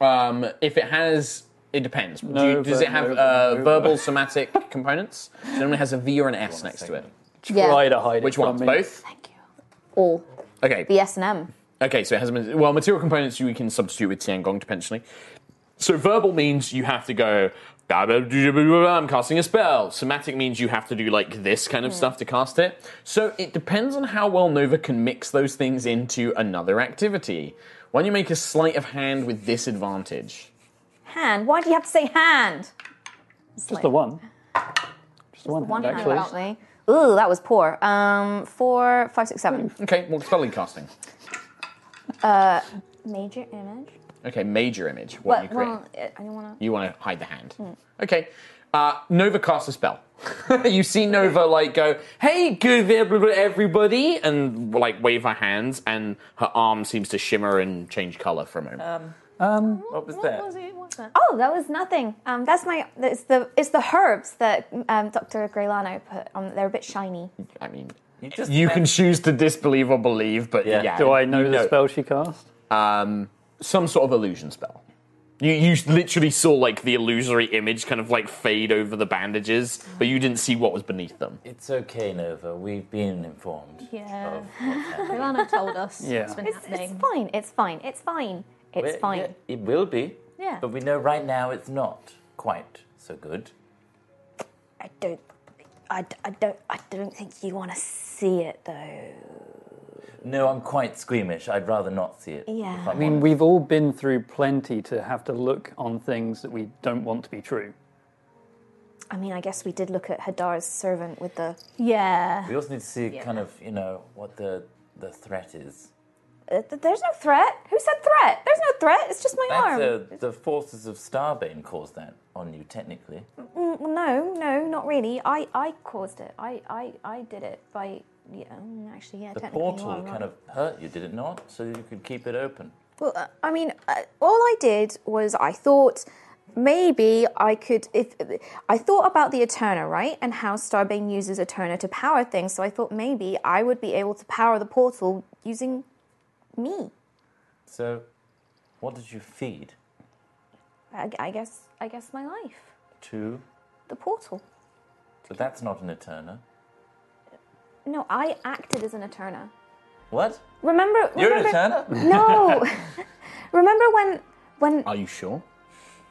Um, if it has, it depends. Do you-
No,
does it
but
have
no, but
uh,
no, but-
verbal, somatic components? It normally has a V or an S next to it.
Yeah. Try to
hide
Which ones? Both.
Or
Okay.
the S and M?
Okay. So it has a- well material components you can substitute with Tiangong potentially. So verbal means you have to go. "Da, da, da, da, da, da, I'm casting a spell. Somatic means you have to do like this kind of stuff to cast it. So it depends on how well Nova can mix those things into another activity. Why don't you make a sleight of hand with disadvantage?
Hand? Why do you have to say hand?
Just the one. Just the one,
One
hand,
hand,
actually.
apparently. Ooh, that was poor. Um, four, five, six, seven.
Okay, well, spelling casting.
Uh, major image.
Okay, major image. What,
What?
are you create?
well, uh, I don't want
You want to hide the hand.
Hmm.
Okay. Uh, Nova casts a spell. you see Nova like go, "Hey, good everybody," and like wave her hands, and her arm seems to shimmer and change color for a moment.
Um,
um,
what was
that? Oh, that was nothing. Um, that's my. It's the it's the herbs that um, Dr. Grelano put. on. They're a bit shiny.
I mean, you,
just
can choose to disbelieve or believe, but yeah.
Do I know
you
the spell she cast?
Um, some sort of illusion spell. You you literally saw like the illusory image kind of like fade over the bandages, but you didn't see what was beneath them.
It's okay, Nova. We've been informed.
Yeah.
Grelano told us
Yeah.
what's been
It's,
happening.
it's fine. It's fine. It's fine. It's
Well,
fine.
yeah, it will be.
Yeah.
But we know right now it's not quite so good.
I don't. I, I don't. I don't think you want to see it though.
No, I'm quite squeamish. I'd rather not see it.
Yeah.
if
I
I'm
mean,
honest.
we've all been through plenty to have to look on things that we don't want to be true.
I mean, I guess we did look at Hadar's servant with the.
Yeah.
We also need to see
Yeah.
kind of, you know, what the the threat is.
Uh, th- there's no threat. Who said threat? There's no threat. It's just my
That's
arm.
uh, the forces of Starbane caused that on you, technically.
Mm, no, no, not really. I, I caused it. I, I, I did it by. Yeah, mm, actually, yeah.
The
technically you are
portal
right.
kind of hurt you, did it not? So you could keep it open.
Well, uh, I mean, uh, all I did was I thought maybe I could. If I thought about the Eterna, right, and how Starbane uses Eterna to power things, so I thought maybe I would be able to power the portal using me.
So, what did you feed
I, I guess. I guess my life,
to?
the portal.
But that's not an Eterna.
No, I acted as an Eterna.
What?
Remember?
You're an
remember,
Eterna?
No. remember when when
Are you sure?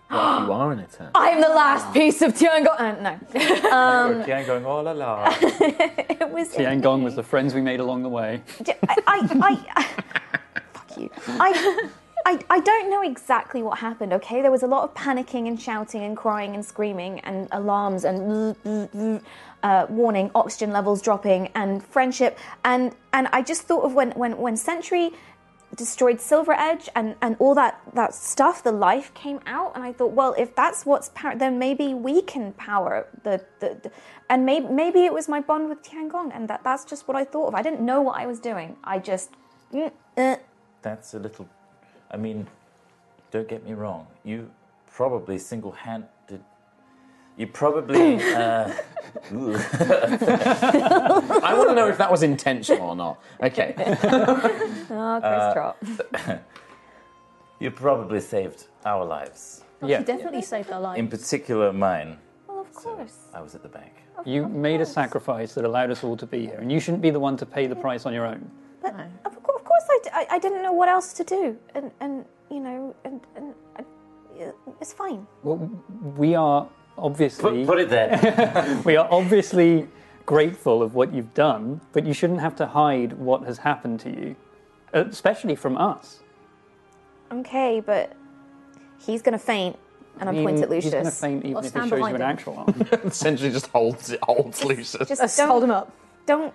What if you are an eternal?
I'm the last piece of Tiango. Uh, no. Um,
Tian going, oh la la.
it was.
Tiangong was the friends we made along the way.
I, I, I, fuck you. I, I, I don't know exactly what happened, okay? There was a lot of panicking and shouting and crying and screaming and alarms and uh, warning, oxygen levels dropping and friendship. And, and I just thought of when, when, when Sentry destroyed Silver Edge and, and all that, that stuff, the life came out. And I thought, well, if that's what's power, then maybe we can power the. the, the and maybe, maybe it was my bond with Tiangong. And that, that's just what I thought of. I didn't know what I was doing. I just. mm, uh,
That's a little. I mean, don't get me wrong. You probably single handed. You probably. uh,
I want to know if that was intentional or not. Okay.
Ah,
Oh, Chris
Uh,
Trot.
you probably saved our lives.
She definitely saved our life.
In particular, mine.
Well, of course.
I was at the bank.
You made a sacrifice that allowed us all to be here, and you shouldn't be the one to pay the price on your own.
But of, cour- of course, I, d- I- I didn't know what else to do, and and you know, and and I, it's fine.
Well, we are obviously. Put,
it there.
we are obviously grateful of what you've done, but you shouldn't have to hide what has happened to you, especially from us.
Okay, but he's gonna faint, and I'm
I mean,
pointing at Lucius.
He's going to faint even
I'll
if he
stand
shows you
behind
an
him.
actual arm.
Essentially, just holds it, holds Lucius.
Just don't, hold him up. Don't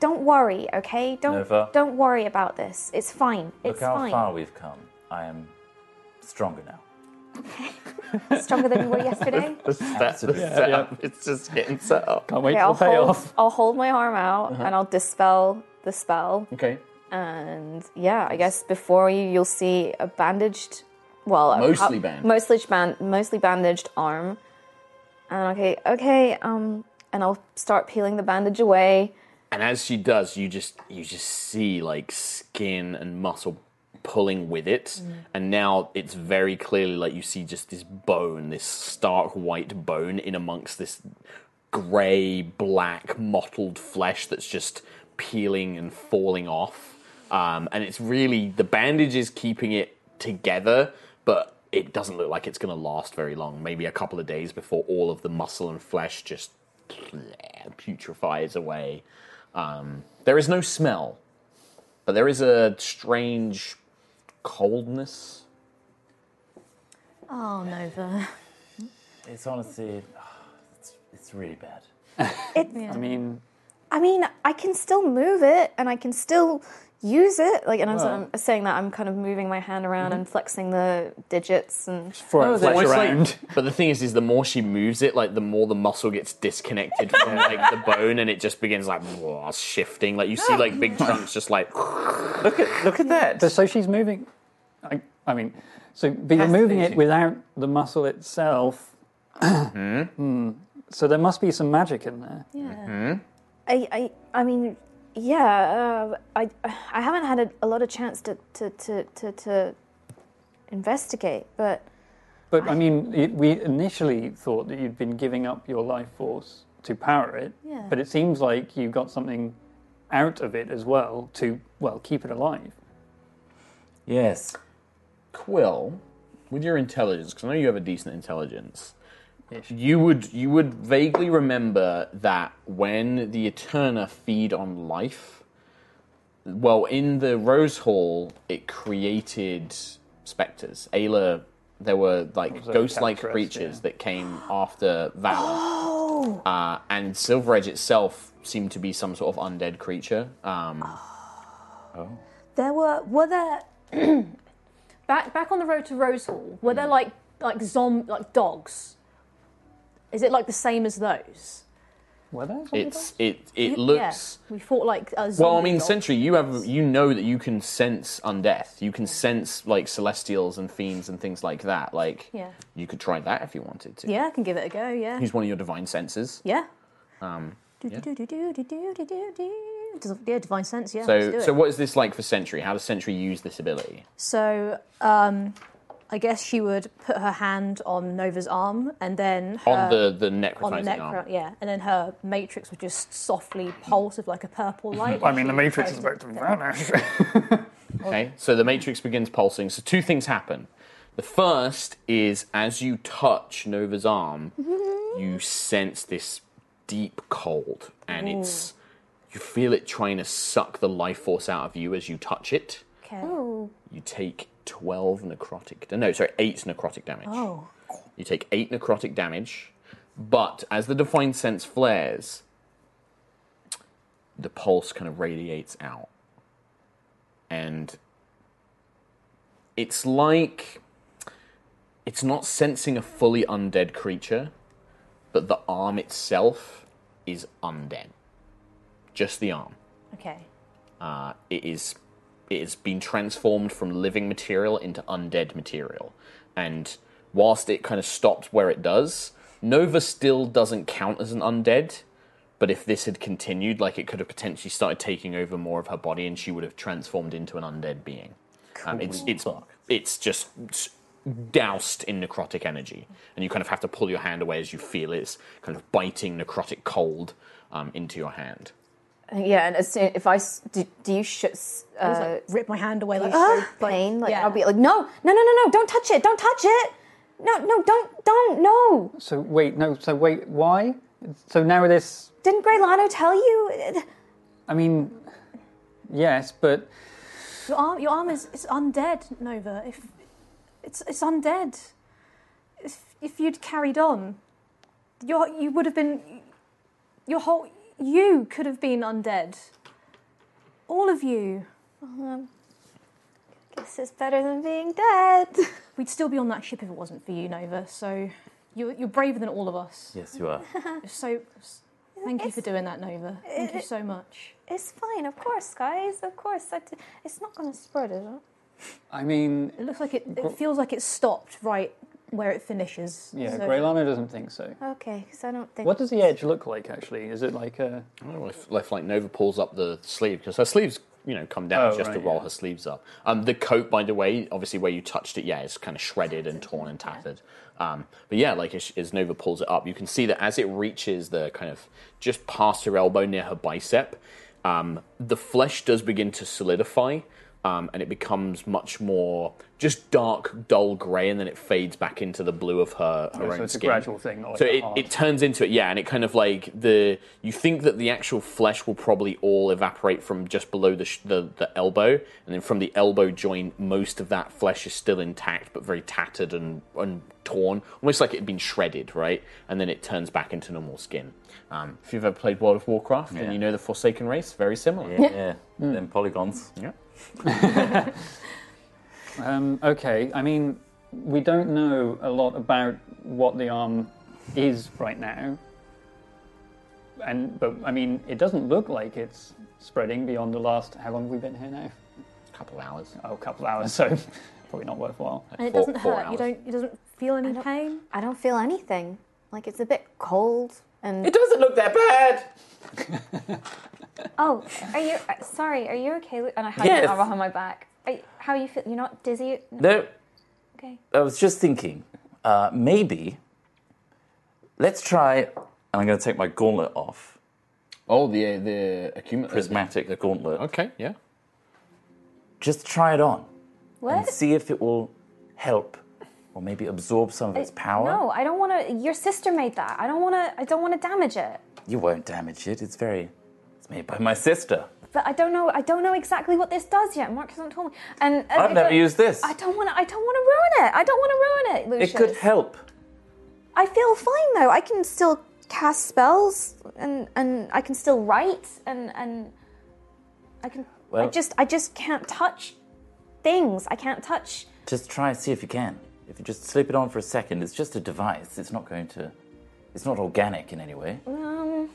don't worry, okay? Don't
Nova.
don't worry about this. It's fine.
Look
It's
how
fine.
far we've come. I am stronger now.
Stronger than you were yesterday.
The set, the
Absolutely.
setup. It's just getting set up.
Can't
Okay, I'll hold, I'll hold my arm out
Uh-huh.
and I'll dispel the spell.
Okay.
And yeah, I guess before you, you'll see a bandaged, well, a-
Mostly
a-
bandaged.
mostly ban- mostly bandaged arm. And okay, okay, um, and I'll start peeling the bandage away.
And as she does, you just you just see like skin and muscle pulling with it, and now it's very clearly like you see just this bone, this stark white bone in amongst this grey, black, mottled flesh that's just peeling and falling off. Um, and it's really the bandage is keeping it together, but it doesn't look like it's going to last very long. Maybe a couple of days before all of the muscle and flesh just putrefies away. Um, there is no smell, but there is a strange coldness.
Oh, Nova.
It's honestly, it's, it's really bad.
It,
I mean,
I mean, I can still move it and I can still use it. Like, and I'm,
Well-
I'm saying that I'm kind of moving my hand around
Mm-hmm.
and flexing the digits and.
Well, it's almost like- but the thing is, is the more she moves it, like the more the muscle gets disconnected from like the bone, and it just begins like shifting. Like you see, like big chunks just like. Look at look at that.
But so she's moving. I, I mean, so but you're moving it
Fascinating.
without the muscle itself. Hmm. So there must be some magic in there.
Hmm?
I, I, I mean, yeah. Uh, I, I haven't had a, a lot of chance to, to, to, to, to investigate, but
But I mean, it, we initially thought that you'd been giving up your life force to power it.
Yeah.
But it seems like you got something out of it as well to well keep it alive.
Yes.
Quill, with your intelligence, because I know you have a decent intelligence, you would you would vaguely remember that when the Eterna feed on life, well, in the Rose Hall, it created specters. Ayla, there were like
Was there
ghost-like
Temptress,
creatures
yeah.
that came after Valor.
Oh.
Uh, and Silver Edge itself seemed to be some sort of undead creature. Um, oh.
There were were there
Back back on the road to Rose Hall, were there like like zom like dogs? Is it like the same as those?
Were there?
It's it it
Yeah,
looks.
We fought like a zombie
Well, I mean,
dog.
Sentry, you have you know that you can sense undeath. You can sense like celestials and fiends and things like that. Like
Yeah.
you could try that if you wanted to.
Yeah, I can give it a go. Yeah.
Use one of your divine senses.
Yeah.
Um,
Do,
yeah.
do, do, do, do, do, do, do, do. Does- Yeah, divine sense. Yeah. let's do
so,
it.
so what is this like for Sentry? How does Sentry use this ability?
So, um, I guess she would put her hand on Nova's arm, and then her,
On the- the
Uh, on the
necrotizing
neck,
arm.
yeah, and then her matrix would just softly pulse with like a purple light.
I mean, the Matrix is about to vanish.
Okay, so the matrix begins pulsing. So two things happen. The first is as you touch Nova's arm,
Mm-hmm.
you sense this deep cold, and it's you feel it trying to suck the life force out of you as you touch it.
Okay.
You take 12 necrotic. No, sorry, 8 necrotic damage.
Oh.
You take 8 necrotic damage, but as the divine sense flares, the pulse kind of radiates out. And it's like it's not sensing a fully undead creature, but the arm itself is undead. Just the arm.
Okay.
Uh, it is it has been transformed from living material into undead material, and whilst it kind of stops where it does, Nova still doesn't count as an undead. But if this had continued, like it could have potentially started taking over more of her body, and she would have transformed into an undead being. Um, it's
Cool.
it's it's just s- doused in necrotic energy, and you kind of have to pull your hand away as you feel it's kind of biting necrotic cold um, into your hand.
Yeah, and as soon, if I s- do, do you sh- s-
I was,
uh,
rip my hand away
like
"Ah!"
pain? Like
yeah.
I'll be like, no, no, no, no, no! Don't touch it! Don't touch it! No, no, don't, don't, no!
So wait, no. So wait, why? So now this.
Didn't Grey Lano tell you?
I mean, yes, but
Your arm, your arm is it's undead, Nova. If it's it's undead. If if you'd carried on, your you would have been your whole you could have been undead. All of you.
Um, guess it's better than being dead.
We'd still be on that ship if it wasn't for you, Nova. So you're you're braver than all of us.
Yes, you are.
So thank you for doing that, Nova. Thank you so much.
It's fine, of course, guys. Of course, I d- it's not going to spread, is it?
I mean,
It looks like it,
Gr-
it feels like it stopped right where it finishes.
yeah,
So-
Grey Lano doesn't think so.
Okay, because I don't think.
What does the edge look like? Actually, is it like a?
I don't know if, if like Nova pulls up the sleeve because her sleeves, you know, come down
Oh,
just to
right,
roll
yeah.
her sleeves up. Um, the coat, by the way, obviously where you touched it, yeah, it's kind of shredded and torn and tattered. Um, but yeah, like as, as Nova pulls it up, you can see that as it reaches the kind of just past her elbow near her bicep, um, the flesh does begin to solidify. Um, and it becomes much more just dark, dull grey, and then it fades back into the blue of her, her
Yeah, so
own
it's a
skin.
gradual thing, not like
so
a
it,
hard-
it turns into it, yeah, and it kind of like the you think that the actual flesh will probably all evaporate from just below the sh- the, the elbow, and then from the elbow joint, most of that flesh is still intact, but very tattered and, and torn, almost like it had been shredded, right? And then it turns back into normal skin. Um, if you've ever played World of Warcraft
Yeah.
and you know the Forsaken race, very similar. Hmm.
Yeah, yeah. Them polygons.
Yeah.
Um, okay, I mean, we don't know a lot about what the arm is right now, and but I mean, it doesn't look like it's spreading beyond the last. How long have we been here now?
A couple of hours.
Oh, a couple of hours. So probably not worthwhile.
And it doesn't hurt. You don't. It doesn't feel any pain.
I don't feel anything. Like it's a bit cold and.
It doesn't look that bad.
Oh, are you uh, sorry? Are you okay? Lu- And I have
Yes.
an arm behind my back. Are you, how you feel? You're not dizzy?
No,
Okay.
I was just thinking, uh, maybe let's try. And I'm going to take my gauntlet off.
Oh, the the accumulator.
Prismatic gauntlet.
Okay, yeah.
Just try it on and
What?
see if it will help or maybe absorb some of its power.
Uh, No, I don't want to. Your sister made that. I don't want to. I don't want to damage it.
You won't damage it. It's very. It's made by my sister.
But I don't know. I don't know exactly what this does yet. Mark hasn't told me. And, and
I've
I
never
don't-
used this.
I don't want to. I don't want to ruin it. I don't want to ruin it, Lucius.
It could help.
I feel fine though. I can still cast spells and and I can still write and and
I can.
Well-
I just. I just can't touch things. I can't touch.
Just try and see if you can. If you just slip it on for a second, it's just a device. It's not going to. It's not organic in any way.
Um.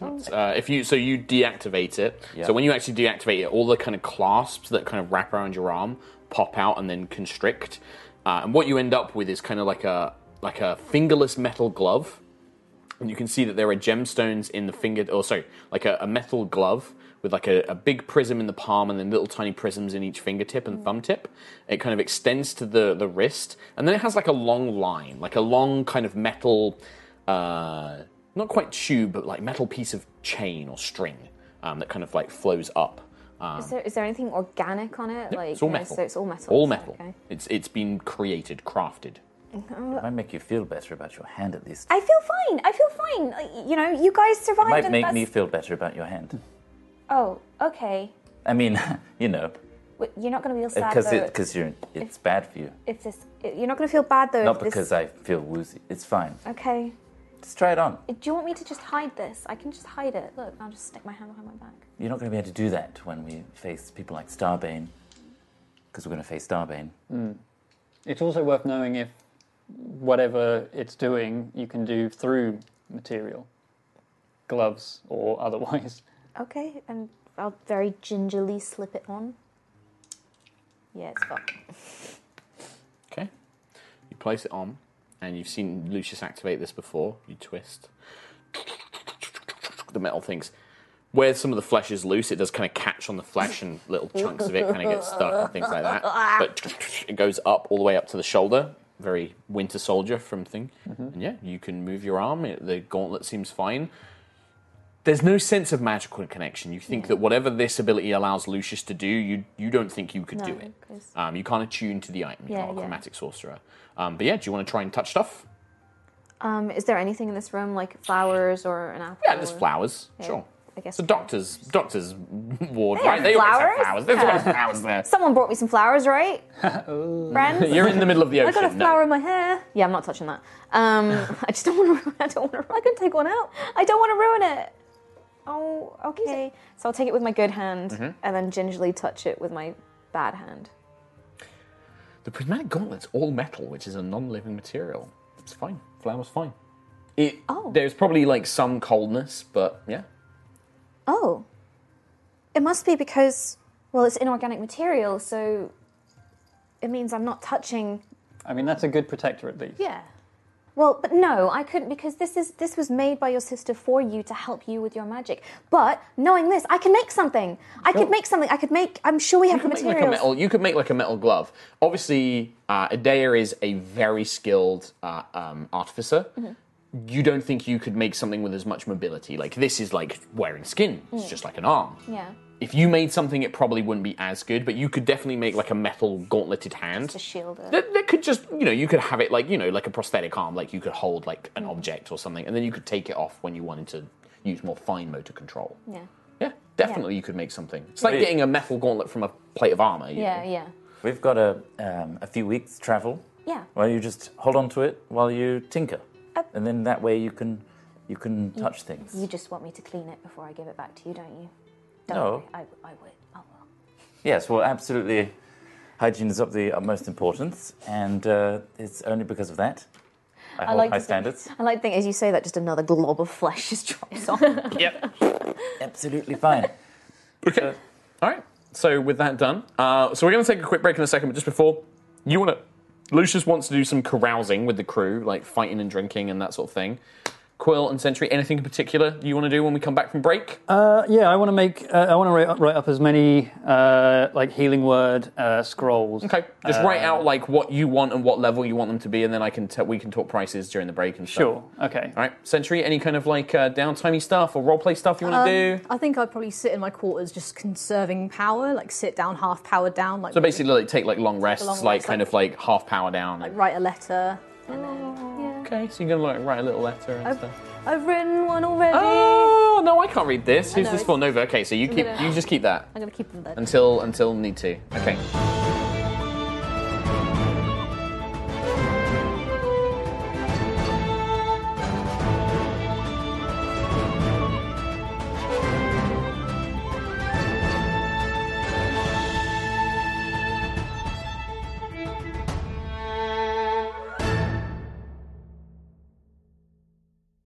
Uh, if you so you deactivate it.
Yeah.
So when you actually deactivate it, all the kind of clasps that kind of wrap around your arm pop out and then constrict. Uh, and what you end up with is kind of like a like a fingerless metal glove. And you can see that there are gemstones in the finger, or sorry, like a, a metal glove with like a, a big prism in the palm and then little tiny prisms in each fingertip and thumb tip. It kind of extends to the, the wrist. And then it has like a long line, like a long kind of metal, uh, not quite tube, but like metal piece of chain or string um, that kind of like flows up. Um,
is there is there anything organic on it? like
it's all
you know,
metal.
so it's all metal.
All metal.
Okay.
It's, it's been created, crafted.
Uh,
might make you feel better about your hand at least.
I feel fine. I feel fine.
Uh,
Like, You know, you guys
It
survived.
might
and
make
that's-
me feel better about your hand.
Oh. Okay.
I mean, you know,
w- you're not going to feel sad
Because
though.
it, cause you're, it's bad for you.
if this, you're not going to feel bad though.
Not
if this,
because I feel woozy. It's fine.
Okay. Uh,
Just try it on.
Do you want me to just hide this? I can just hide it. Look, I'll just stick my hand behind my back.
You're not going to be able to do that when we face people like Starbane. Because we're going to face Starbane.
Mm. It's also worth knowing if whatever it's doing, you can do through material, gloves or otherwise.
Okay, and I'll very gingerly slip it on. Yeah, it's got.
Okay. You place it on, and you've seen Lucius activate this before. You twist. The metal things. Where some of the flesh is loose, it does kind of catch on the flesh and little chunks of it kind of get stuck and things like that. But it goes up all the way up to the shoulder. Very Winter Soldier from thing.
Mhm.
And yeah, you can move your arm. It, the gauntlet seems fine. There's no sense of magical connection. You think that whatever this ability allows Lucius to do, you you don't think you could do
No,
it.
'cause-
Um, you can't attune to the item. You're
Yeah,
not a
yeah.
chromatic sorcerer. Um, but yeah, do you want to try and touch stuff?
Um, is there anything in this room like flowers or an apple?
Yeah, there's
or-
flowers.
Yeah,
Sure.
I guess.
It's a doctor's doctor's ward,
They
right?
have
They always
flowers?
have flowers. There's always flowers there.
Someone brought me some flowers, right? Friends.
You're in the middle of the
I
ocean.
got a
no.
flower in my hair. Yeah, I'm not touching that. Um, I just don't want to. I don't want to. I can take one out. I don't want to ruin it. Oh, okay.
So I'll take it with my good hand
Mhm.
and then gingerly touch it with my bad hand.
The prismatic gauntlet's all metal, which is a non-living material. It's fine. Flower's fine. It, There's probably like some coldness, but yeah.
Oh, it must be because well, it's inorganic material, so it means I'm not touching.
I mean, that's a good protector at least.
Yeah. Well, but no, I couldn't because this is this was made by your sister for you to help you with your magic. But knowing this, I can make something. I
Sure.
could make something. I could make. I'm sure we have the
could make, like,
materials.
a metal, you could make like a metal glove. Obviously, uh, Adair is a very skilled uh, um, artificer.
Mhm.
You don't think you could make something with as much mobility. Like this is like wearing skin. It's
Mm.
just like an arm.
Yeah.
If you made something, it probably wouldn't be as good. But you could definitely make like a metal gauntleted hand.
Just to shield it.
That, that could just, you know, you could have it like, you know, like a prosthetic arm, like you could hold like
Mm.
an object or something, and then you could take it off when you wanted to use more fine motor control.
Yeah.
Yeah, definitely you could make something. It's like
Wait.
getting a metal gauntlet from a plate of armor. you
Yeah,
know?
yeah.
We've got a, um, a few weeks' travel.
Yeah.
Well, you just hold on to it while you tinker. and then that way you can, you can
You-
touch things.
You just want me to clean it before I give it back to you, don't you? Don't
No.
worry, I, I would. Oh, well.
Yes, well, absolutely. Hygiene is of the utmost importance, and uh, it's only because of that. I, hold high
to
standards.
Think, I like to think as you say that, just another glob of flesh just drops on.
Absolutely fine.
Okay. Uh, All right. So with that done, uh, so we're going to take a quick break in a second. But just before, you want to, Lucius wants to do some carousing with the crew, like fighting and drinking and that sort of thing. Quill and Sentry, anything in particular you want to do when we come back from break?
Uh, yeah, I want to make. Uh, I want to write, write up as many uh, like healing word uh, scrolls.
Okay, just write
Uh,
out like what you want and what level you want them to be, and then I can t- we can talk prices during the break and stuff.
Sure. Okay.
All right, Sentry, any kind of like uh, downtimey stuff or roleplay stuff you want to
I think I'd probably sit in my quarters just conserving power, like sit down, half powered down,
do?
like,
So basically, like take like long rests,
rest,
like kind of like half power down.
like write a letter.
Okay, so you're gonna like write a little letter and
I've-
stuff.
I've written one already.
Oh no, I can't read this.
I
Who's
know,
this
it's-
for? Nova. Okay, so you
I'm
keep
gonna-
you just keep that
I'm going to keep them there.
until until need to. Okay.